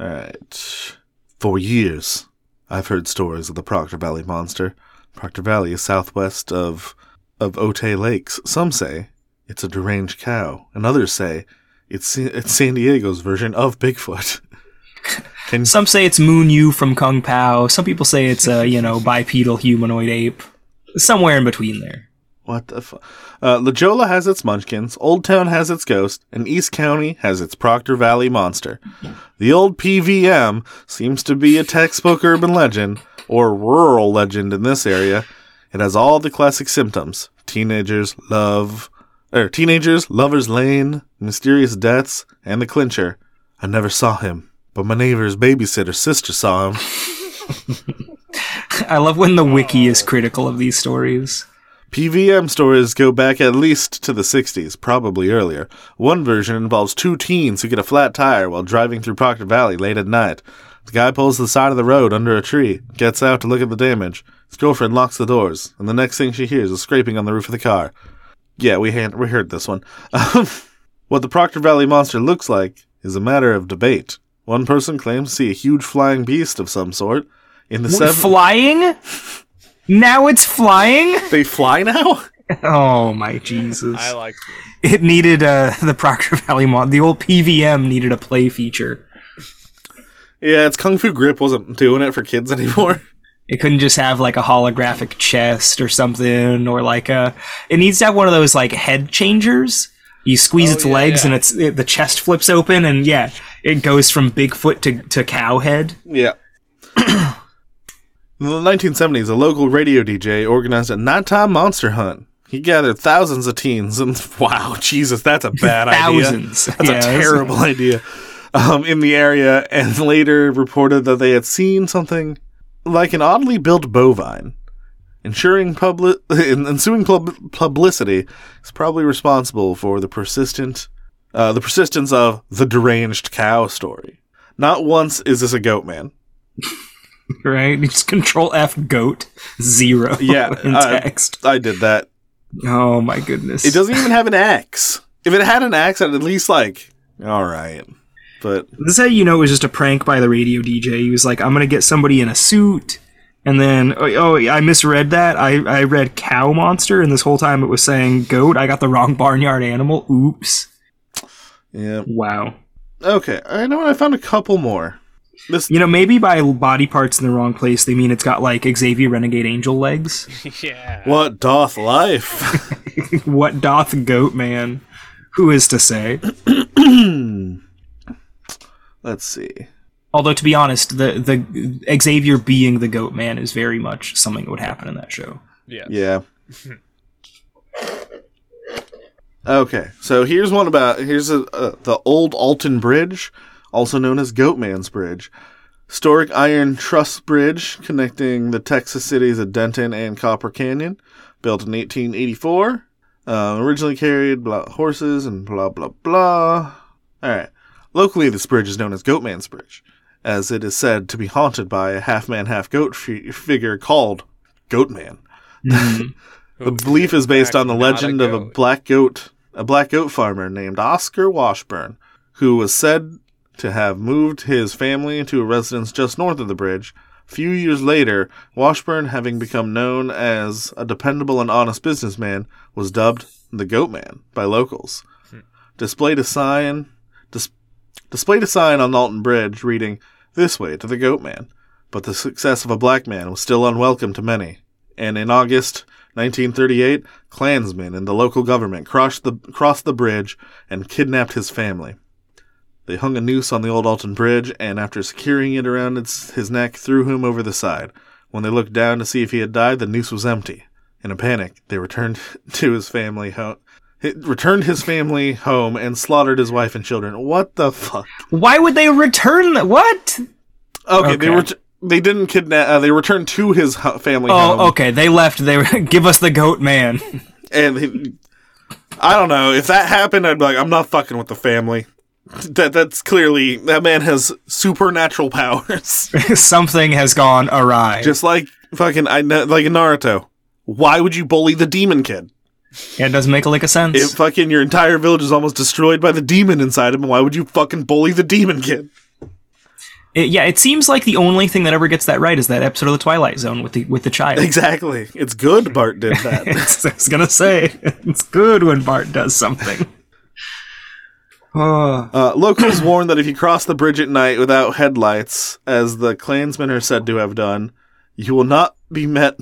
Alright. For years, I've heard stories of the Proctor Valley monster. Proctor Valley is southwest of of Otay Lakes. Some say it's a deranged cow, and others say it's Sa- it's San Diego's version of Bigfoot. Can
Some say it's Moon Yu from Kung Pao. Some people say it's a, you know, bipedal humanoid ape. Somewhere in between there.
what the fu- uh, Lajola has its Munchkins, Old Town has its ghost, and East County has its Proctor Valley monster. The old PVM seems to be a textbook urban legend or rural legend in this area. It has all the classic symptoms: teenagers love, or teenagers lovers lane, mysterious deaths, and the clincher. I never saw him, but my neighbor's babysitter sister saw him.
I love when the wiki is critical of these stories.
PVM stories go back at least to the 60s, probably earlier. One version involves two teens who get a flat tire while driving through Proctor Valley late at night. The guy pulls to the side of the road under a tree, gets out to look at the damage. His girlfriend locks the doors, and the next thing she hears is scraping on the roof of the car. Yeah, we, hand- we heard this one. Um, what the Proctor Valley monster looks like is a matter of debate. One person claims to see a huge flying beast of some sort. In the
What,
seven,
flying? Now it's flying?
they fly now.
Oh my Jesus.
I like this.
it needed uh, the Proctor Valley mod. The old PVM needed a play feature.
Yeah, it's Kung Fu Grip wasn't doing it for kids anymore.
It couldn't just have like a holographic chest or something, or like a. It needs to have one of those like head changers. You
Oh,
squeeze its legs and it's it, the chest flips open, and yeah, it goes from Bigfoot to to cow head.
Yeah. In the 1970s, a local radio DJ organized a nighttime monster hunt. He gathered thousands of teens, and wow, Jesus, that's a bad
Thousands.
idea. That's
Yeah,
a
that's-
terrible idea. Um, in the area, and later reported that they had seen something like an oddly built bovine. Ensuring public, ensuing pub- publicity is probably responsible for the persistent, uh, the persistence of the deranged cow story. Not once is this a goat man.
Right? You just Control F goat zero.
Yeah,
in
uh,
text.
I did that.
oh my goodness.
It doesn't even have an axe. If it had an axe, I'd at least like, all right. But
This is how you know it was just a prank by the radio DJ. He was like, "I'm gonna get somebody in a suit," and then oh, oh, I misread that. I I read cow monster, and this whole time it was saying goat. I got the wrong barnyard animal. Oops.
yeah,
Wow.
okay. I know. what, I found a couple more. This
You know, maybe by body parts in the wrong place, they mean it's got like Xavier Renegade Angel legs.
what doth life?
what doth goat man? Who is to say?
Let's see.
Although to be honest, the the Xavier being the goat man is very much something that would happen in that show.
Yeah.
Yeah. okay, so here's one about here's a, uh, the old Alton Bridge, also known as Goatman's Bridge, historic iron truss bridge connecting the Texas cities of Denton and Copper Canyon, built in 1884. Uh, originally carried blah, horses and blah blah blah. All right. Locally, this bridge is known as Goatman's Bridge, as it is said to be haunted by a half man, half goat fi- figure called Goatman. The belief is based on the legend of a black goat, a black goat farmer named Oscar Washburn, who was said to have moved his family to a residence just north of the bridge. A few years later, Washburn, having become known as a dependable and honest businessman, was dubbed the Goat Man by locals. Displayed a sign, dis- displayed a sign on Alton Bridge reading "This way to the Goat Man," but the success of a black man was still unwelcome to many and in August 1938, Klansmen and the local government crossed the, crossed the bridge and kidnapped his family. They hung a noose on the old Alton Bridge and, after securing it around its, his neck, threw him over the side. When they looked down to see if he had died, the noose was empty. In a panic, they returned to his family home. Returned his family home and slaughtered his wife and children. What the fuck?
Why would they return that? What?
Okay, they
Okay.
were they didn't kidnap. Uh, they returned to his ho- family home.
Oh, okay. They left. They were, give us the goat man.
And he, I don't know if that happened. I'd be like, I'm not fucking with the family. That that's clearly that man has supernatural powers,
Something has gone awry.
just like fucking I know, like in Naruto. Why would you bully the demon kid?
yeah, it doesn't make a lick of sense.
If fucking your entire village is almost destroyed by the demon inside him, why would you fucking bully the demon kid?
It, yeah, it seems like the only thing that ever gets that right is that episode of the Twilight Zone with the with the child.
Exactly. It's good Bart did that.
I was gonna say it's good when Bart does something. Oh,
Uh, locals warn that if you cross the bridge at night without headlights, as the clansmen are said to have done, you will not be met.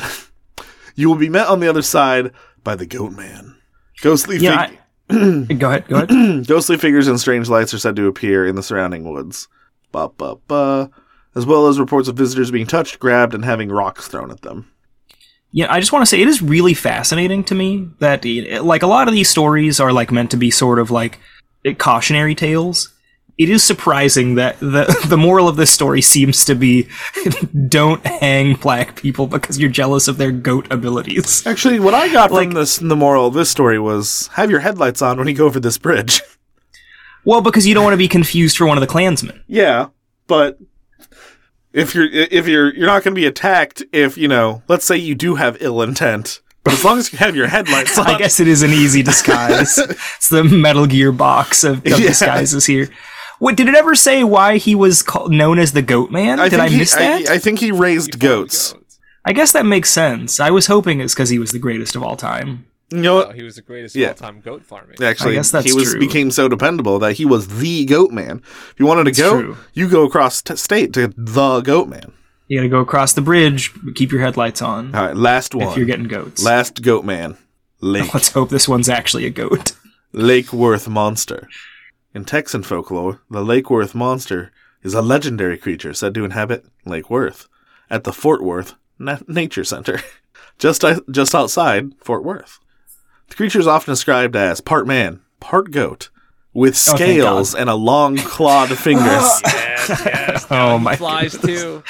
you will be met on the other side by the Goat Man. Ghostly, fig-
yeah. I- go ahead. Go ahead.
ghostly figures and strange lights are said to appear in the surrounding woods, ba ba ba, as well as reports of visitors being touched, grabbed, and having rocks thrown at them.
Yeah, I just want to say it is really fascinating to me that it, like a lot of these stories are like meant to be sort of like eh, cautionary tales. It is surprising that the the moral of this story seems to be don't hang black people because you're jealous of their goat abilities.
Actually, what I got
Like-
from this, the moral of this story was have your headlights on when you go over this bridge.
Well, because you don't want to be confused for one of the Klansmen.
Yeah, but if you're if you're you're not going to be attacked if you know, let's say you do have ill intent, but as long as you have your headlights
I
on,
guess it is an easy disguise. it's the Metal Gear box of, of
Yeah.
disguises here. What did it ever say? Why he was called, known as the Goat Man? Did
think
I
he-
miss that?
I, think he raised goats.
I guess that makes sense. I was hoping it's because he was the greatest of all time.
You know,
Oh,
what?
he was the greatest
Yeah.
all-time goat farming.
I
actually,
guess that's
he was
true.
became so dependable that he was the goat man. If you wanted to go,
true.
you go across t- state to the goat man.
You gotta go across the bridge, keep your headlights on
All right, last
if you're
one,
getting goats.
last goat man, Lake
Let's hope this one's actually a goat.
Lake Worth monster. In Texan folklore, the Lake Worth monster is a legendary creature said to inhabit Lake Worth at the Fort Worth Na- Nature Center, just I- just outside Fort Worth. The creature is often described as part man, part goat, with
Oh, thank
scales and a long clawed fingers.
Yes, yes.
Oh my
Flies too.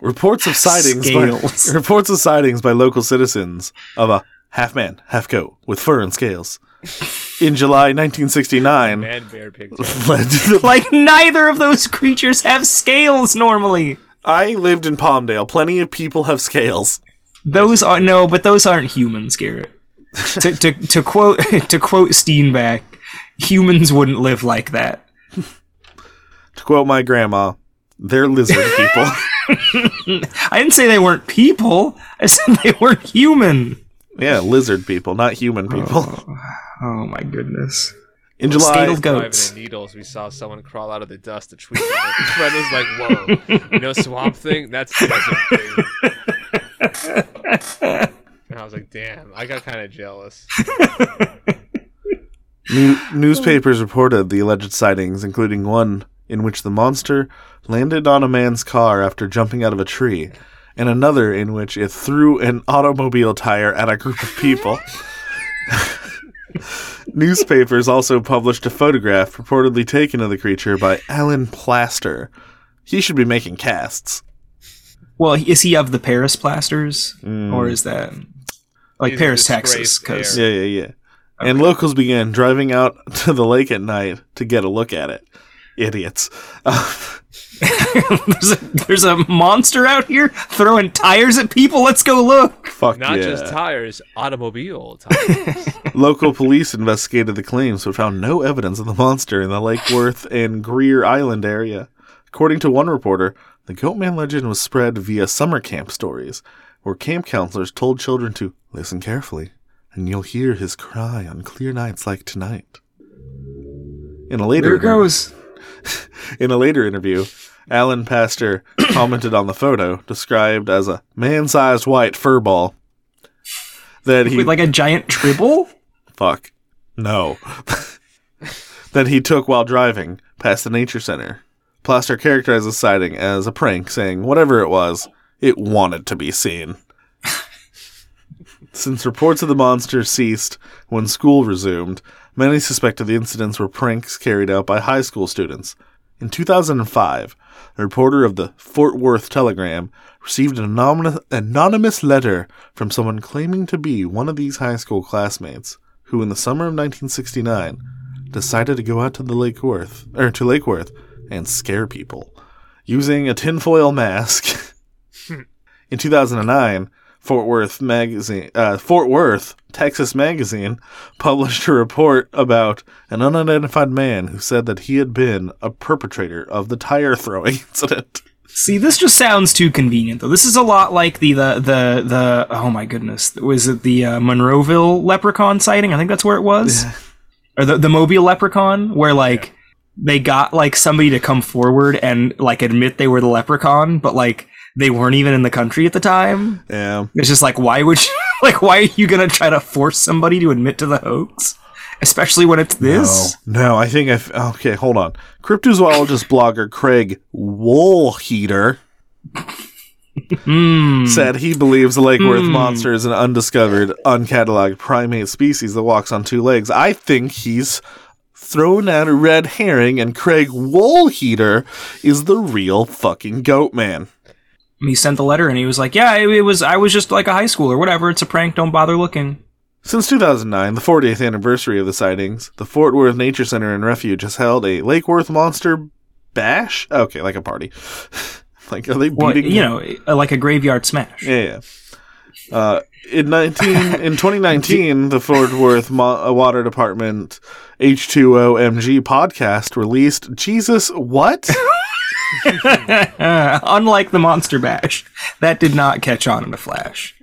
Reports of sightings by,
Scales.
reports of sightings by local citizens of a half man, half goat with fur and scales. In July 1969,
Man, bear, pigtail.
led to the
Like neither of those creatures have scales normally.
I lived in Palmdale. Plenty of people have scales.
Those are no, but those aren't humans, Garrett. to, to to quote to quote Steenback, humans wouldn't live like that.
To quote my grandma, they're lizard people.
I didn't say they weren't people. I said they weren't human.
yeah, lizard people, not human people.
Oh my goodness.
In July,
Scaled goats.
Diving in needles, we saw someone crawl out of the dust to tweet. His friend was like, "Whoa, you know Swamp Thing? That's the desert thing." And I was like, "Damn!" I got kind of jealous.
new- newspapers reported the alleged sightings, including one in which the monster landed on a man's car after jumping out of a tree, and another in which it threw an automobile tire at a group of people. Newspapers also published a photograph purportedly taken of the creature by Alan Plaster. He should be making casts.
Well, is he of the Paris plasters, or is that like
He's a
Paris, Texas?
disgraced
Because
heir.
Yeah, yeah, yeah. And locals began driving out to the lake at night to get a look at it. Idiots.
there's, a- there's a monster out here throwing tires at people. Let's go look.
Fuck
Not
yeah.
just tires, automobile tires.
Local police investigated the claims but found no evidence of the monster in the Lake Worth and Greer Island area. According to one reporter, the Goatman legend was spread via summer camp stories, where camp counselors told children to listen carefully, and you'll hear his cry on clear nights like tonight. In a later
There it
interview-
goes.
In a later interview, Alan Pastor commented on the photo, described as a man-sized white fur ball. That he
With like a giant tribble.
fuck no that he took while driving past the nature center. Plaster characterized the sighting as a prank, saying whatever it was, it wanted to be seen. Since reports of the monster ceased when school resumed, many suspected the incidents were pranks carried out by high school students. In 2005, a reporter of the Fort Worth Telegram received an anonymous, anonymous letter from someone claiming to be one of these high school classmates who, in the summer of 1969, decided to go out to the Lake Worth or to Lake Worth and scare people using a tinfoil mask. in 2009, Fort Worth magazine, uh, Fort Worth, Texas magazine, published a report about an unidentified man who said that he had been a perpetrator of the tire throwing incident.
See, this just sounds too convenient, though. This is a lot like the the the, the oh my goodness, was it the uh, Monroeville leprechaun sighting? I think that's where it was, or the the Mobile leprechaun, where like they got like somebody to come forward and like admit they were the leprechaun, but like they weren't even in the country at the time.
Yeah,
It's just like why would you like why are you gonna try to force somebody to admit to the hoax, especially when it's this?
oh, No, no, I think I. f- Okay, hold on. Cryptozoologist blogger Craig Woolheater
Hmm.
said he believes the Lake Worth monster is an undiscovered, uncatalogued primate species that walks on two legs. I think he's thrown out a red herring, and Craig Woolheater is the real fucking goat man.
He sent the letter and he was like, "Yeah, it, it was. I was just like a high schooler, whatever. It's a prank. Don't bother looking."
Since 2009, the 40th anniversary of the sightings, the Fort Worth Nature Center and Refuge has held a Lake Worth Monster Bash? Okay, like a party. like, are they beating
Well, you know, like a graveyard smash.
Yeah, yeah. Uh, in nineteen in 2019, the Fort Worth Mo- uh, Water Department H2OMG podcast released Jesus what?
Uh, Unlike the Monster Bash, that did not catch on in a flash.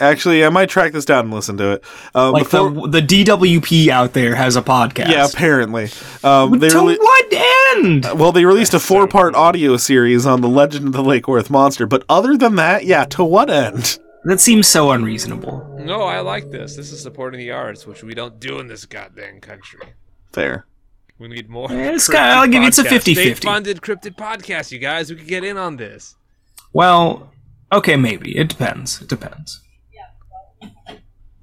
Actually, I might track this down and listen to it. Um,
Like
the Fort-
the the DWP out there has a podcast.
yeah, apparently. Um, they
to
really.
what end?
Well, they released a four part audio series on the legend of the Lake Worth monster, but other than that, yeah, to what end?
That seems so unreasonable.
No, I like this. This is supporting the arts, which we don't do in this goddamn country.
There.
We need more.
Eh, it's
cryptid
kinda- I'll give you- it's a
podcasts.
50-50.
State-funded cryptid podcast, you guys. We could get in on this.
Well, okay, maybe it depends. It depends.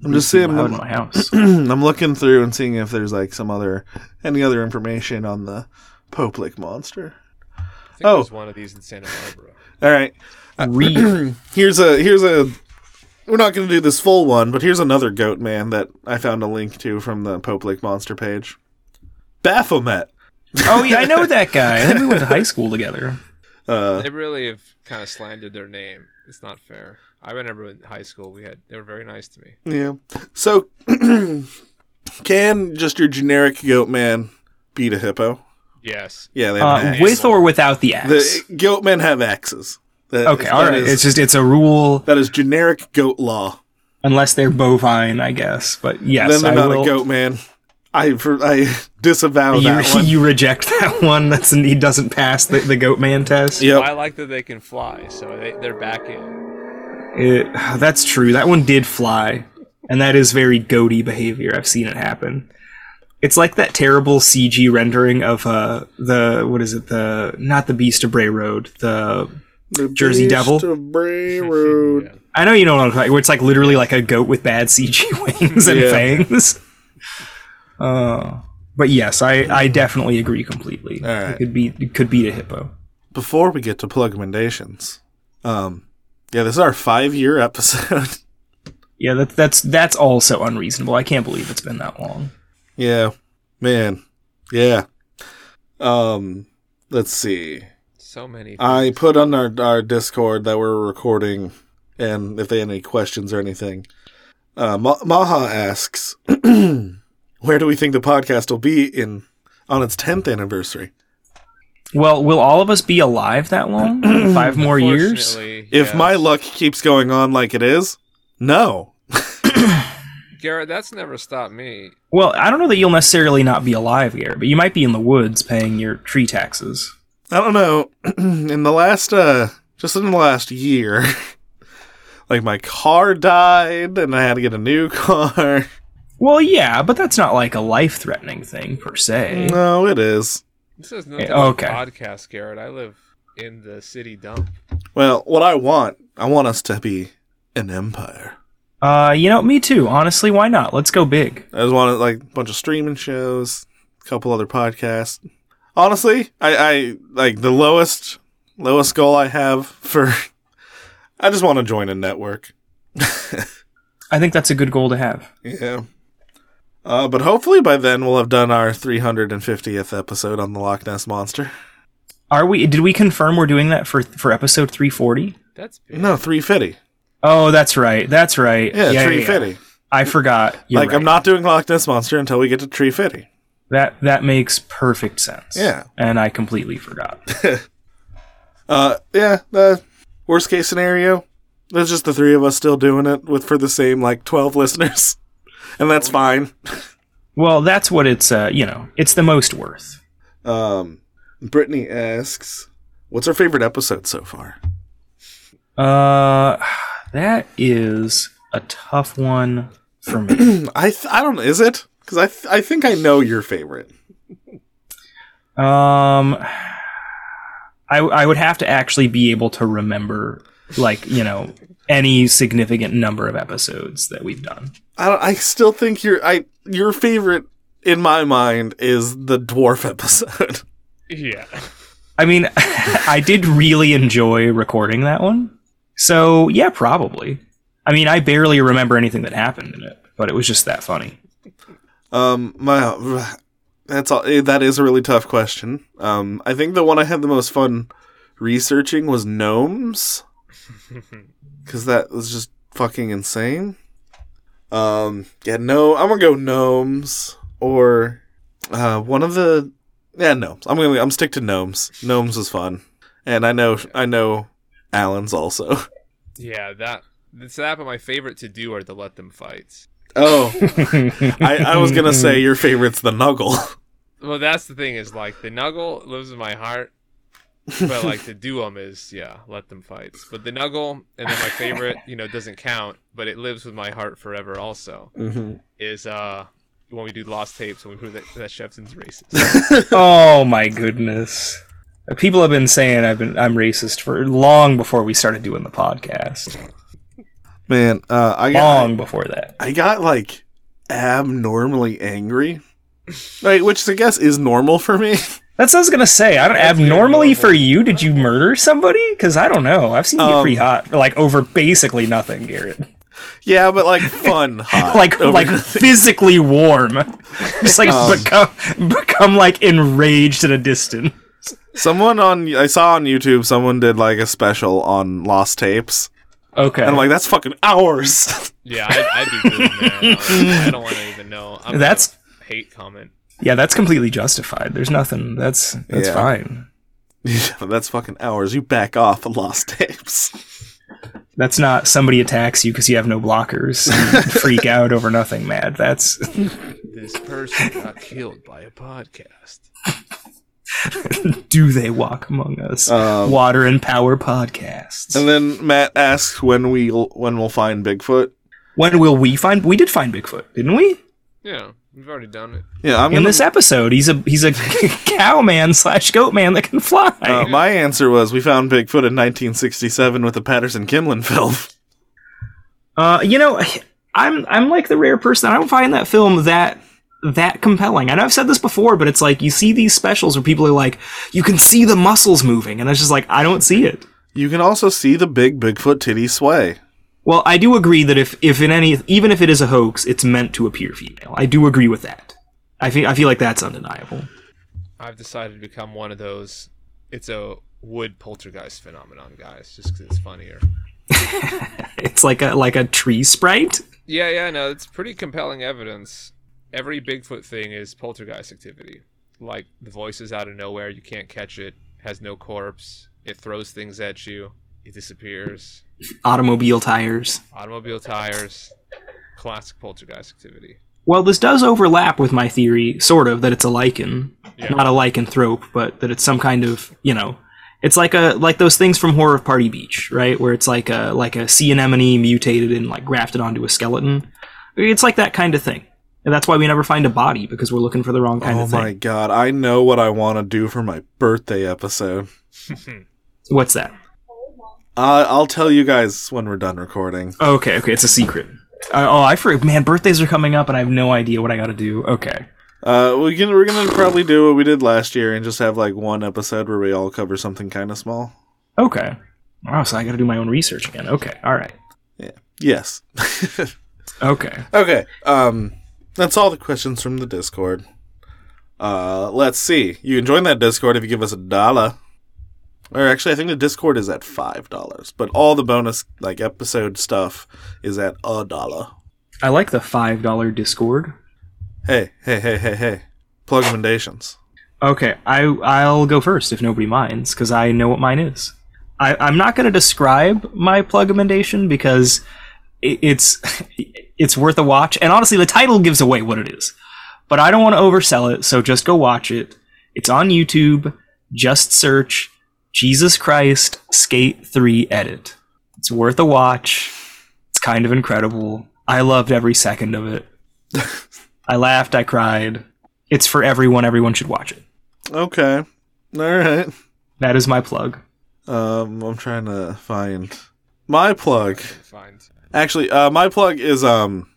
I'm just seeing.
I would my house.
I'm looking through and seeing if there's like some other any other information on the Pope Lake monster.
I think
Oh.
there's one of these in Santa Barbara.
All right.
Read.
here's a here's a we're not going to do this full one, but here's another goat man that I found a link to from the Pope Lake Monster page. Baphomet.
Oh yeah, I know that guy. I think we went to high school together.
Uh,
They really have kind of slandered their name. It's not fair. I remember in high school we had they were very nice to me.
yeah. So can just your generic goat man beat a hippo?
Yes.
Yeah, they have an
Uh,
axe.
with or without the axe.
the goat men have axes. That-
okay, all
that
right.
is-
it's just it's a rule
that is generic goat law.
unless they're bovine, I guess. But yes,
then they're
I
not
will.
a goat man. I for, I disavow that
you,
one.
you reject that one. That's he doesn't pass the, the goat man test.
Yep.
I like that they can fly, so they, they're back in.
It- that's true. That one did fly, and that is very goaty behavior. I've seen it happen. It's like that terrible CG rendering of uh the what is it the not the Beast of Bray Road the
The
Jersey
Beast
Devil?
of Bray Road.
I know you know what I'm talking. Where it's like literally like a goat with bad CG wings and
Yeah.
fangs. Uh, but yes, I, I definitely agree completely.
All right.
It could be it could beat a hippo.
before we get to plug mendations, um, yeah, this is our five year episode.
Yeah, that, that's that's also unreasonable. I can't believe it's been that long.
yeah, man, yeah. Um, let's see.
So many.
I put on our our Discord that we're recording, and if they have any questions or anything, uh, Ma- Maha asks, where do we think the podcast will be in on its tenth anniversary?
Well, will all of us be alive that long? Five more years?
Fortunately,
If
yes.
my luck keeps going on like it is, no.
Garrett, that's never stopped me.
Well, I don't know that you'll necessarily not be alive, Garrett, but you might be in the woods paying your tree taxes.
I don't know. in the last, uh, just in the last year, like my car died and I had to get a new car.
Well, yeah, but that's not like a life threatening thing per se.
no, it is.
This is nothing
Yeah,
like
okay.
podcast, Garrett. I live in the city dump.
Well, what I want, I want us to be an empire.
Uh, you know, me too. Honestly, why not? Let's go big.
I just wanted like a bunch of streaming shows, a couple other podcasts. Honestly, I, I like the lowest, lowest goal I have for. I just want to join a network.
I think that's a good goal to have.
Yeah. Uh, but hopefully by then we'll have done our 350th episode on the Loch Ness Monster.
Are we? Did we confirm we're doing that for for episode 340?
That's big.
No, 350.
Oh, that's right. That's right.
Yeah, Tree
yeah.
Fitty.
I forgot. You're
like I'm
right.
not doing Loch Ness monster until we get to Tree Fitty.
That that makes perfect sense.
Yeah.
And I completely forgot.
Uh, yeah. The worst case scenario, there's just the three of us still doing it with for the same like twelve listeners, and that's fine.
well, that's what it's. Uh, you know, it's the most worth.
Um, Brittany asks, "What's our favorite episode so far?"
Uh, that is a tough one for me.
Hmm, I th- I don't is it because I th- I think I know your favorite.
um, I I would have to actually be able to remember, like you know, any significant number of episodes that we've done.
I don't, I still think your I your favorite in my mind is the dwarf episode.
Yeah.
I mean, I did really enjoy recording that one. So, yeah, probably. I mean, I barely remember anything that happened in it, but it was just that funny.
Um, my that's all. eh, That is a really tough question. Um, I think the one I had the most fun researching was gnomes, because that was just fucking insane. Um, yeah, no, I'm gonna go gnomes or uh one of the yeah gnomes. I'm gonna I'm stick to gnomes. Gnomes is fun, and I know I know Alan's also.
Yeah, that it's that but my favorite to do are the let them fights.
Oh, I, I was gonna say your favorite's the Nuggle.
Well, that's the thing is like the Nuggle lives in my heart, but like the Duum is yeah, let them fight. But the Nuggle and then my favorite, you know, doesn't count, but it lives with my heart forever. Also, is uh when we do lost tapes when we prove that that Shepton's racist.
oh my goodness. People have been saying I've been I'm racist for long before we started doing the podcast.
Man, uh, I got,
Long before that.
I got like abnormally angry, right? Which I guess is normal for me.
That's what I was gonna say. I don't abnormally for you. Did you murder somebody? Because I don't know. I've seen you get
Um,
pretty hot, like over basically nothing, Garrett.
yeah, but like fun, hot.
like
over
like physically warm. Just like become become like enraged at a distance.
someone on I saw on YouTube someone did like a special on lost tapes,
Okay.
and I'm like that's fucking hours.
yeah, I, I'd be really mad. honestly. I don't want to even know. I'm
That's-
gonna hate comment.
yeah, that's completely justified. There's nothing. That's that's
Yeah.
fine.
yeah, that's fucking hours. You back off, lost tapes.
That's not somebody attacks you because you have no blockers. and freak out over nothing, mad. That's
This person got killed by a podcast.
do they walk among us?
Um,
Water and power podcasts.
And then Matt asks when we will when we'll find Bigfoot.
When will we find? We did find Bigfoot, didn't we?
Yeah, we've already done it.
Yeah, I'm
In
gonna
this episode, he's a he's a cow man slash goat man that can fly.
Uh, my answer was we found Bigfoot in 1967 with the Patterson Kimlin film.
Uh, you know, I'm I'm like the rare person. I don't find that film that that compelling. I know I've said this before, but it's like you see these specials where people are like, you can see the muscles moving, and it's just like I don't see it.
You can also see the big Bigfoot titty sway.
Well, I do agree that if if in any even if it is a hoax, it's meant to appear female. I do agree with that. I feel I feel like that's undeniable.
I've decided to become one of those. It's a wood poltergeist phenomenon, guys, just 'cause it's funnier.
It's like a like a tree sprite.
Yeah, yeah, no, it's pretty compelling evidence. Every Bigfoot thing is poltergeist activity. Like the voice is out of nowhere, you can't catch it, has no corpse, it throws things at you, it disappears.
Automobile tires.
Automobile tires, classic poltergeist activity.
Well, this does overlap with my theory, sort of, that it's a lichen,
Yeah.
not a lycanthrope, but that it's some kind of, you know, it's like a like those things from Horror of Party Beach, right? Where it's like a like a sea anemone mutated and like grafted onto a skeleton. It's like that kind of thing, and that's why we never find a body because we're looking for the wrong kind
oh
of thing.
my god, I know what I want to do for my birthday episode.
What's that?
Uh, I'll tell you guys when we're done recording.
Okay, okay, it's a secret. Uh, oh, I forgot. Man, birthdays are coming up, and I have no idea what I got to do. Okay.
Uh, we can, we're gonna probably do what we did last year and just have like one episode where we all cover something kind of small.
Okay. Wow, so I got to do my own research again. Okay. All right.
Yes.
Okay.
Okay. Um, that's all the questions from the Discord. Uh, let's see. You can join that Discord if you give us a dollar. Or actually, I think the Discord is at five dollars, but all the bonus like episode stuff is at a dollar.
I like the five dollar Discord.
Hey, hey, hey, hey, hey! Plug Plugamentdations.
Okay, I I'll go first if nobody minds because I know what mine is. I, I'm not going to describe my plugmentation because i it's it's worth a watch, and honestly, the title gives away what it is. But I don't want to oversell it, so just go watch it. It's on YouTube. Just search Jesus Christ Skate 3 Edit. It's worth a watch. It's kind of incredible. I loved every second of it. I laughed, I cried. It's for everyone. Everyone should watch it.
Okay, all right.
That is my plug.
Um, I'm trying to find my plug.
Fine.
Actually, uh, my plug is um,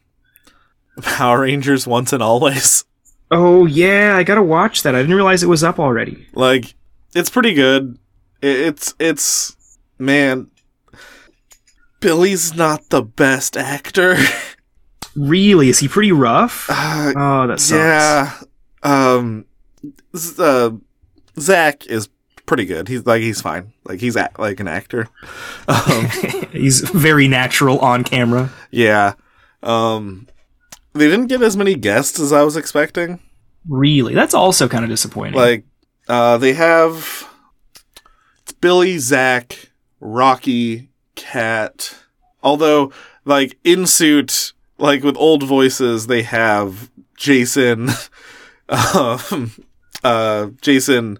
Power Rangers once and always.
Oh yeah, I gotta watch that. I didn't realize it was up already.
Like, it's pretty good. I- It's it's man. Billy's not the best actor.
Really? Is he pretty rough?
Uh,
Oh, that sucks.
yeah. Um. Z- uh, Zach is pretty good. He's like he's fine. Like he's act like an actor. Um,
He's very natural on camera.
yeah. Um. They didn't get as many guests as I was expecting.
Really? That's also kind of disappointing.
Like, uh, they have it's Billy, Zach, Rocky, Cat. Although, like in suit, like with old voices, they have Jason, um, uh, Jason,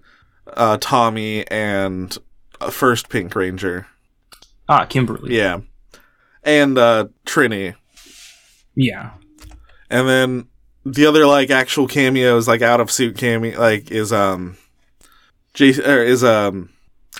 uh, Tommy, and uh, first Pink Ranger.
ah, Kimberly.
Yeah, and uh, Trini.
Yeah.
And then the other like actual cameos, like out of suit cameo, like is um, Jason or is um,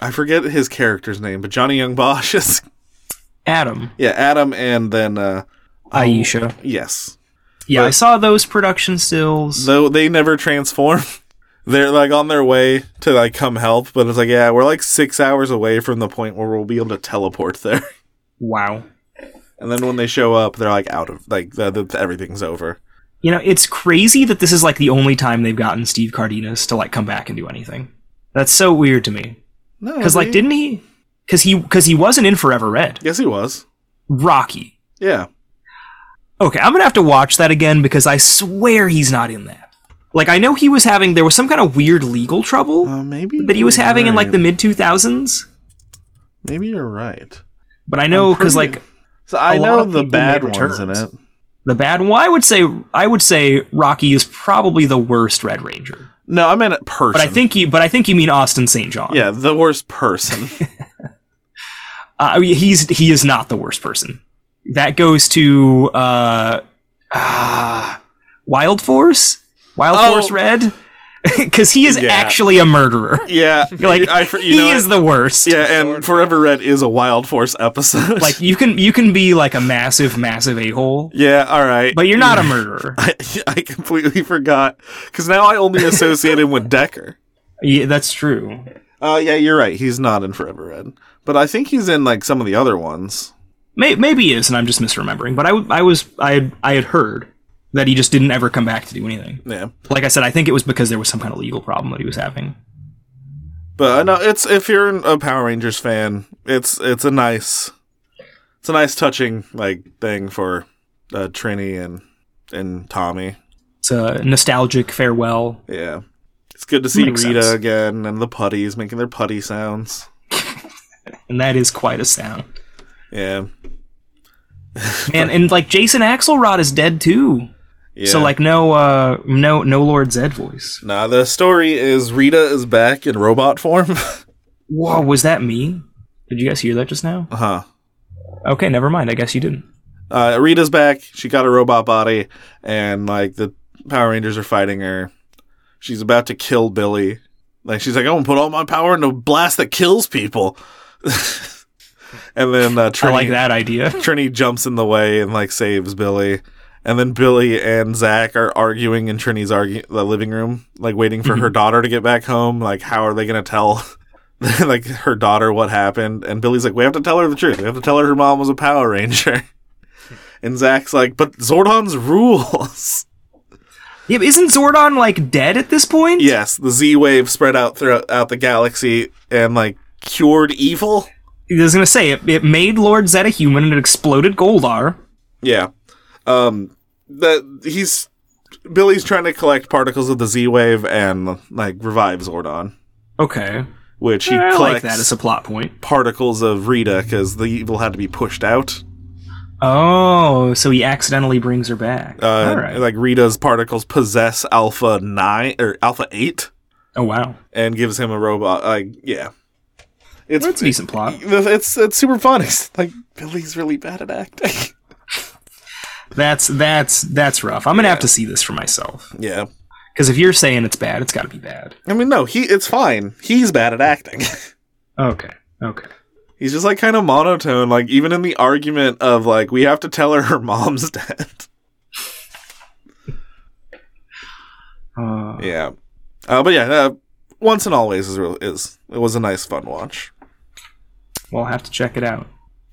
I forget his character's name, but Johnny Young Bosch is
Adam,
yeah Adam, and then uh,
Aisha.
yes,
Yeah, I saw those production stills.
though they never transform. They're like on their way to like come help, but it's like yeah, we're like six hours away from the point where we'll be able to teleport there.
wow.
And then when they show up, they're like out of like the, the, everything's over.
You know, it's crazy that this is like the only time they've gotten Steve Cardenas to like come back and do anything. That's so weird to me.
No,
Because like,
they-
didn't he? Because he because he wasn't in Forever Red.
yes, he was.
Rocky.
Yeah,
Okay, I'm gonna have to watch that again because I swear he's not in that. Like I know he was having there was some kind of weird legal trouble
uh, maybe
that he was
you're
having in like
right.
the mid 2000s.
Maybe you're right.
But I know because
pretty-
like
So I
A lot
know
of
the
people
bad
made
ones in
returns.
it.
the bad one, I would say I would say Rocky is probably the worst Red Ranger.
No, I meant person.
But I think you but I think you mean Austin St. John.
yeah, the worst person.
Uh, I mean, he's he is not the worst person. That goes to uh, ah, Wild Force, Wild
Oh.
Force Red, because he is
Yeah.
actually a murderer.
yeah,
Like
I, fr- you
he
know what?
is the worst.
Yeah, and Forever Red is a Wild Force episode.
Like you can you can be like a massive massive a hole,
yeah, all right.
but you're not a murderer.
I, I completely forgot because now I only associate him with Decker.
yeah, that's true.
Uh, yeah, you're right. He's not in Forever Red, but I think he's in like some of the other ones.
May- maybe he is, and I'm just misremembering. But I w- I was I had, I had heard that he just didn't ever come back to do anything.
Yeah,
Like I said, I think it was because there was some kind of legal problem that he was having.
but uh, no, it's if you're a Power Rangers fan, it's it's a nice, it's a nice touching like thing for uh, Trini and and Tommy.
It's a nostalgic farewell
Yeah. It's good to see
Makes
Rita
sense.
again and the putties making their putty sounds.
and that is quite a sound.
Yeah.
Man, and like Jason Axelrod is dead too.
yeah.
So like no uh no no Lord Zed voice.
Nah, the story is Rita is back in robot form.
Whoa, was that me? Did you guys hear that just now?
huh.
Okay, never mind. I guess you didn't.
Uh, Rita's back. She got a robot body, and like the Power Rangers are fighting her. She's about to kill Billy. Like she's like, I'm gonna put all my power into a blast that kills people. and then uh, Trini,
I like that idea.
Trini jumps in the way and like saves Billy, and then Billy and Zach are arguing in Trini's argu- the living room, like waiting for her daughter to get back home. Like, how are they gonna tell, like her daughter what happened? And Billy's like, we have to tell her the truth. We have to tell her her mom was a Power Ranger. and Zach's like, but Zordon's rules.
Yeah, but isn't Zordon like dead at this point?
yes, the Z wave spread out throughout out the galaxy, and like cured evil?
I was gonna say it, it made Lord Zed a human and it exploded Goldar.
Yeah. Um that he's Billy's trying to collect particles of the Z wave and like revive Zordon,
Okay,
which he
I
collects
like that as a plot point.
particles of Rita cuz the evil had to be pushed out.
Oh, so he accidentally brings her back.
Uh
All right.
like Rita's particles possess alpha 9 or alpha 8
oh wow,
and gives him a robot like yeah. It's
that's a decent plot.
it's it's super fun. It's like Billy's really bad at acting.
That's that's that's rough. I'm gonna have to see this for myself
yeah.
because if you're saying it's bad, it's got to be bad.
I mean no, he it's fine. He's bad at acting.
Okay, okay.
He's just like kind of monotone, like even in the argument of like we have to tell her her mom's dead.
Uh,
yeah, uh, but yeah, uh, once and always is real is it was a nice fun watch.
we'll have to check it out.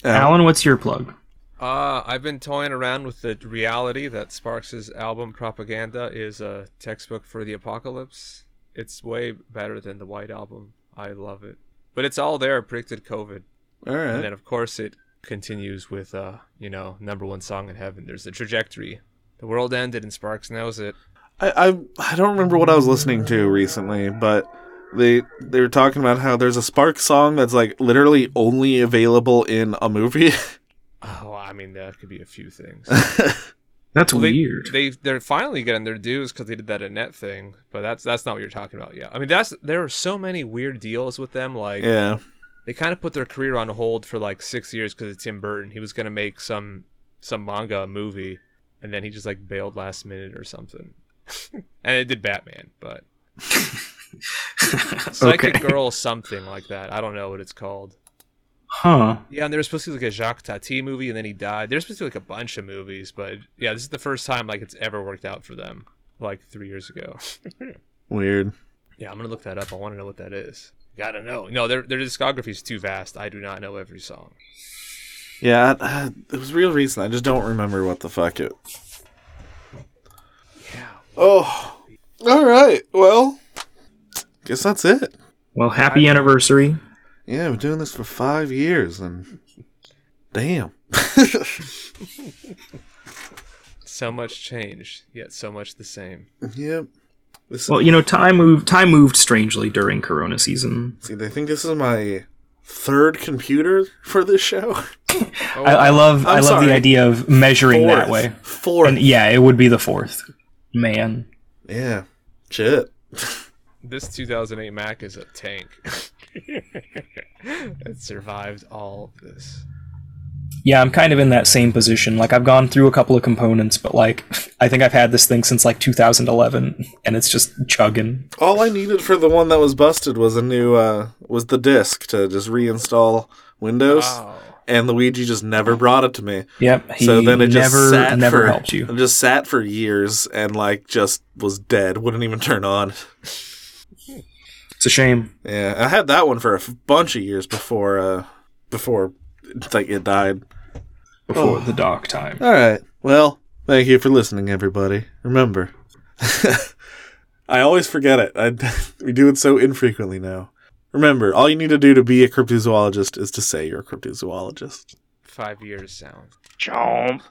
Uh,
Alan, what's your plug?
Uh, I've been toying around with the reality that Sparks' album Propaganda is a textbook for the apocalypse. It's way better than the White Album. I love it. But it's all there, predicted COVID.
all
And
right,
then, of course, it continues with, uh, you know, number one song in heaven. There's the trajectory. The world ended and Sparks knows it.
I, I I don't remember what I was listening to recently, but they they were talking about how there's a Spark song that's like literally only available in a movie.
Oh, I mean, that could be a few things.
That's
Well,
weird.
They, they they're finally getting their dues because they did that Annette thing, but that's that's not what you're talking about. Yeah, I mean that's there are so many weird deals with them. Like
yeah,
they kind of put their career on hold for like six years because of Tim Burton. He was gonna make some some manga movie, and then he just like bailed last minute or something. and it did Batman, but Psychic
Okay.
Girl something like that. I don't know what it's called.
huh.
Yeah, and they were supposed to do like a Jacques Tati movie, and then he died. They're supposed to do like a bunch of movies, but yeah, this is the first time like it's ever worked out for them. Like three years ago.
weird.
Yeah, I'm gonna look that up. I want to know what that is. Gotta know. No, their their discography is too vast. I do not know every song.
Yeah, uh, it was real recent. I just don't remember what the fuck it.
Yeah.
Oh, all right. Well, guess that's it.
Well, happy anniversary.
Yeah, I've been doing this for five years, and damn.
So much changed, yet so much the same.
Yep. This
Well, you know, time moved. Time moved strangely during Corona season.
see, they think this is my third computer for this show.
Oh,
I, I love. i
I'm
love
sorry.
the idea of measuring that way.
Fourth.
And e- yeah, it would be the fourth. Man,
yeah. Shit.
this 2008 Mac is a tank. it survived all of this.
Yeah, I'm kind of in that same position. Like I've gone through a couple of components, but like I think I've had this thing since like 2011 and it's just chugging.
All I needed for the one that was busted was a new uh was the disk to just reinstall Windows.
Oh.
Wow.
And Luigi just never brought it to me.
Yep. He
so then it
never
just sat
never
for,
helped you.
It just sat for years and like just was dead. Wouldn't even turn on.
It's a shame.
Yeah, I had that one for a f- bunch of years before uh before like it died. Oh.
Before the dock time.
All right. Well, thank you for listening everybody. Remember. I always forget it. I we do it so infrequently now. Remember, all you need to do to be a cryptozoologist is to say you're a cryptozoologist.
Five years sound.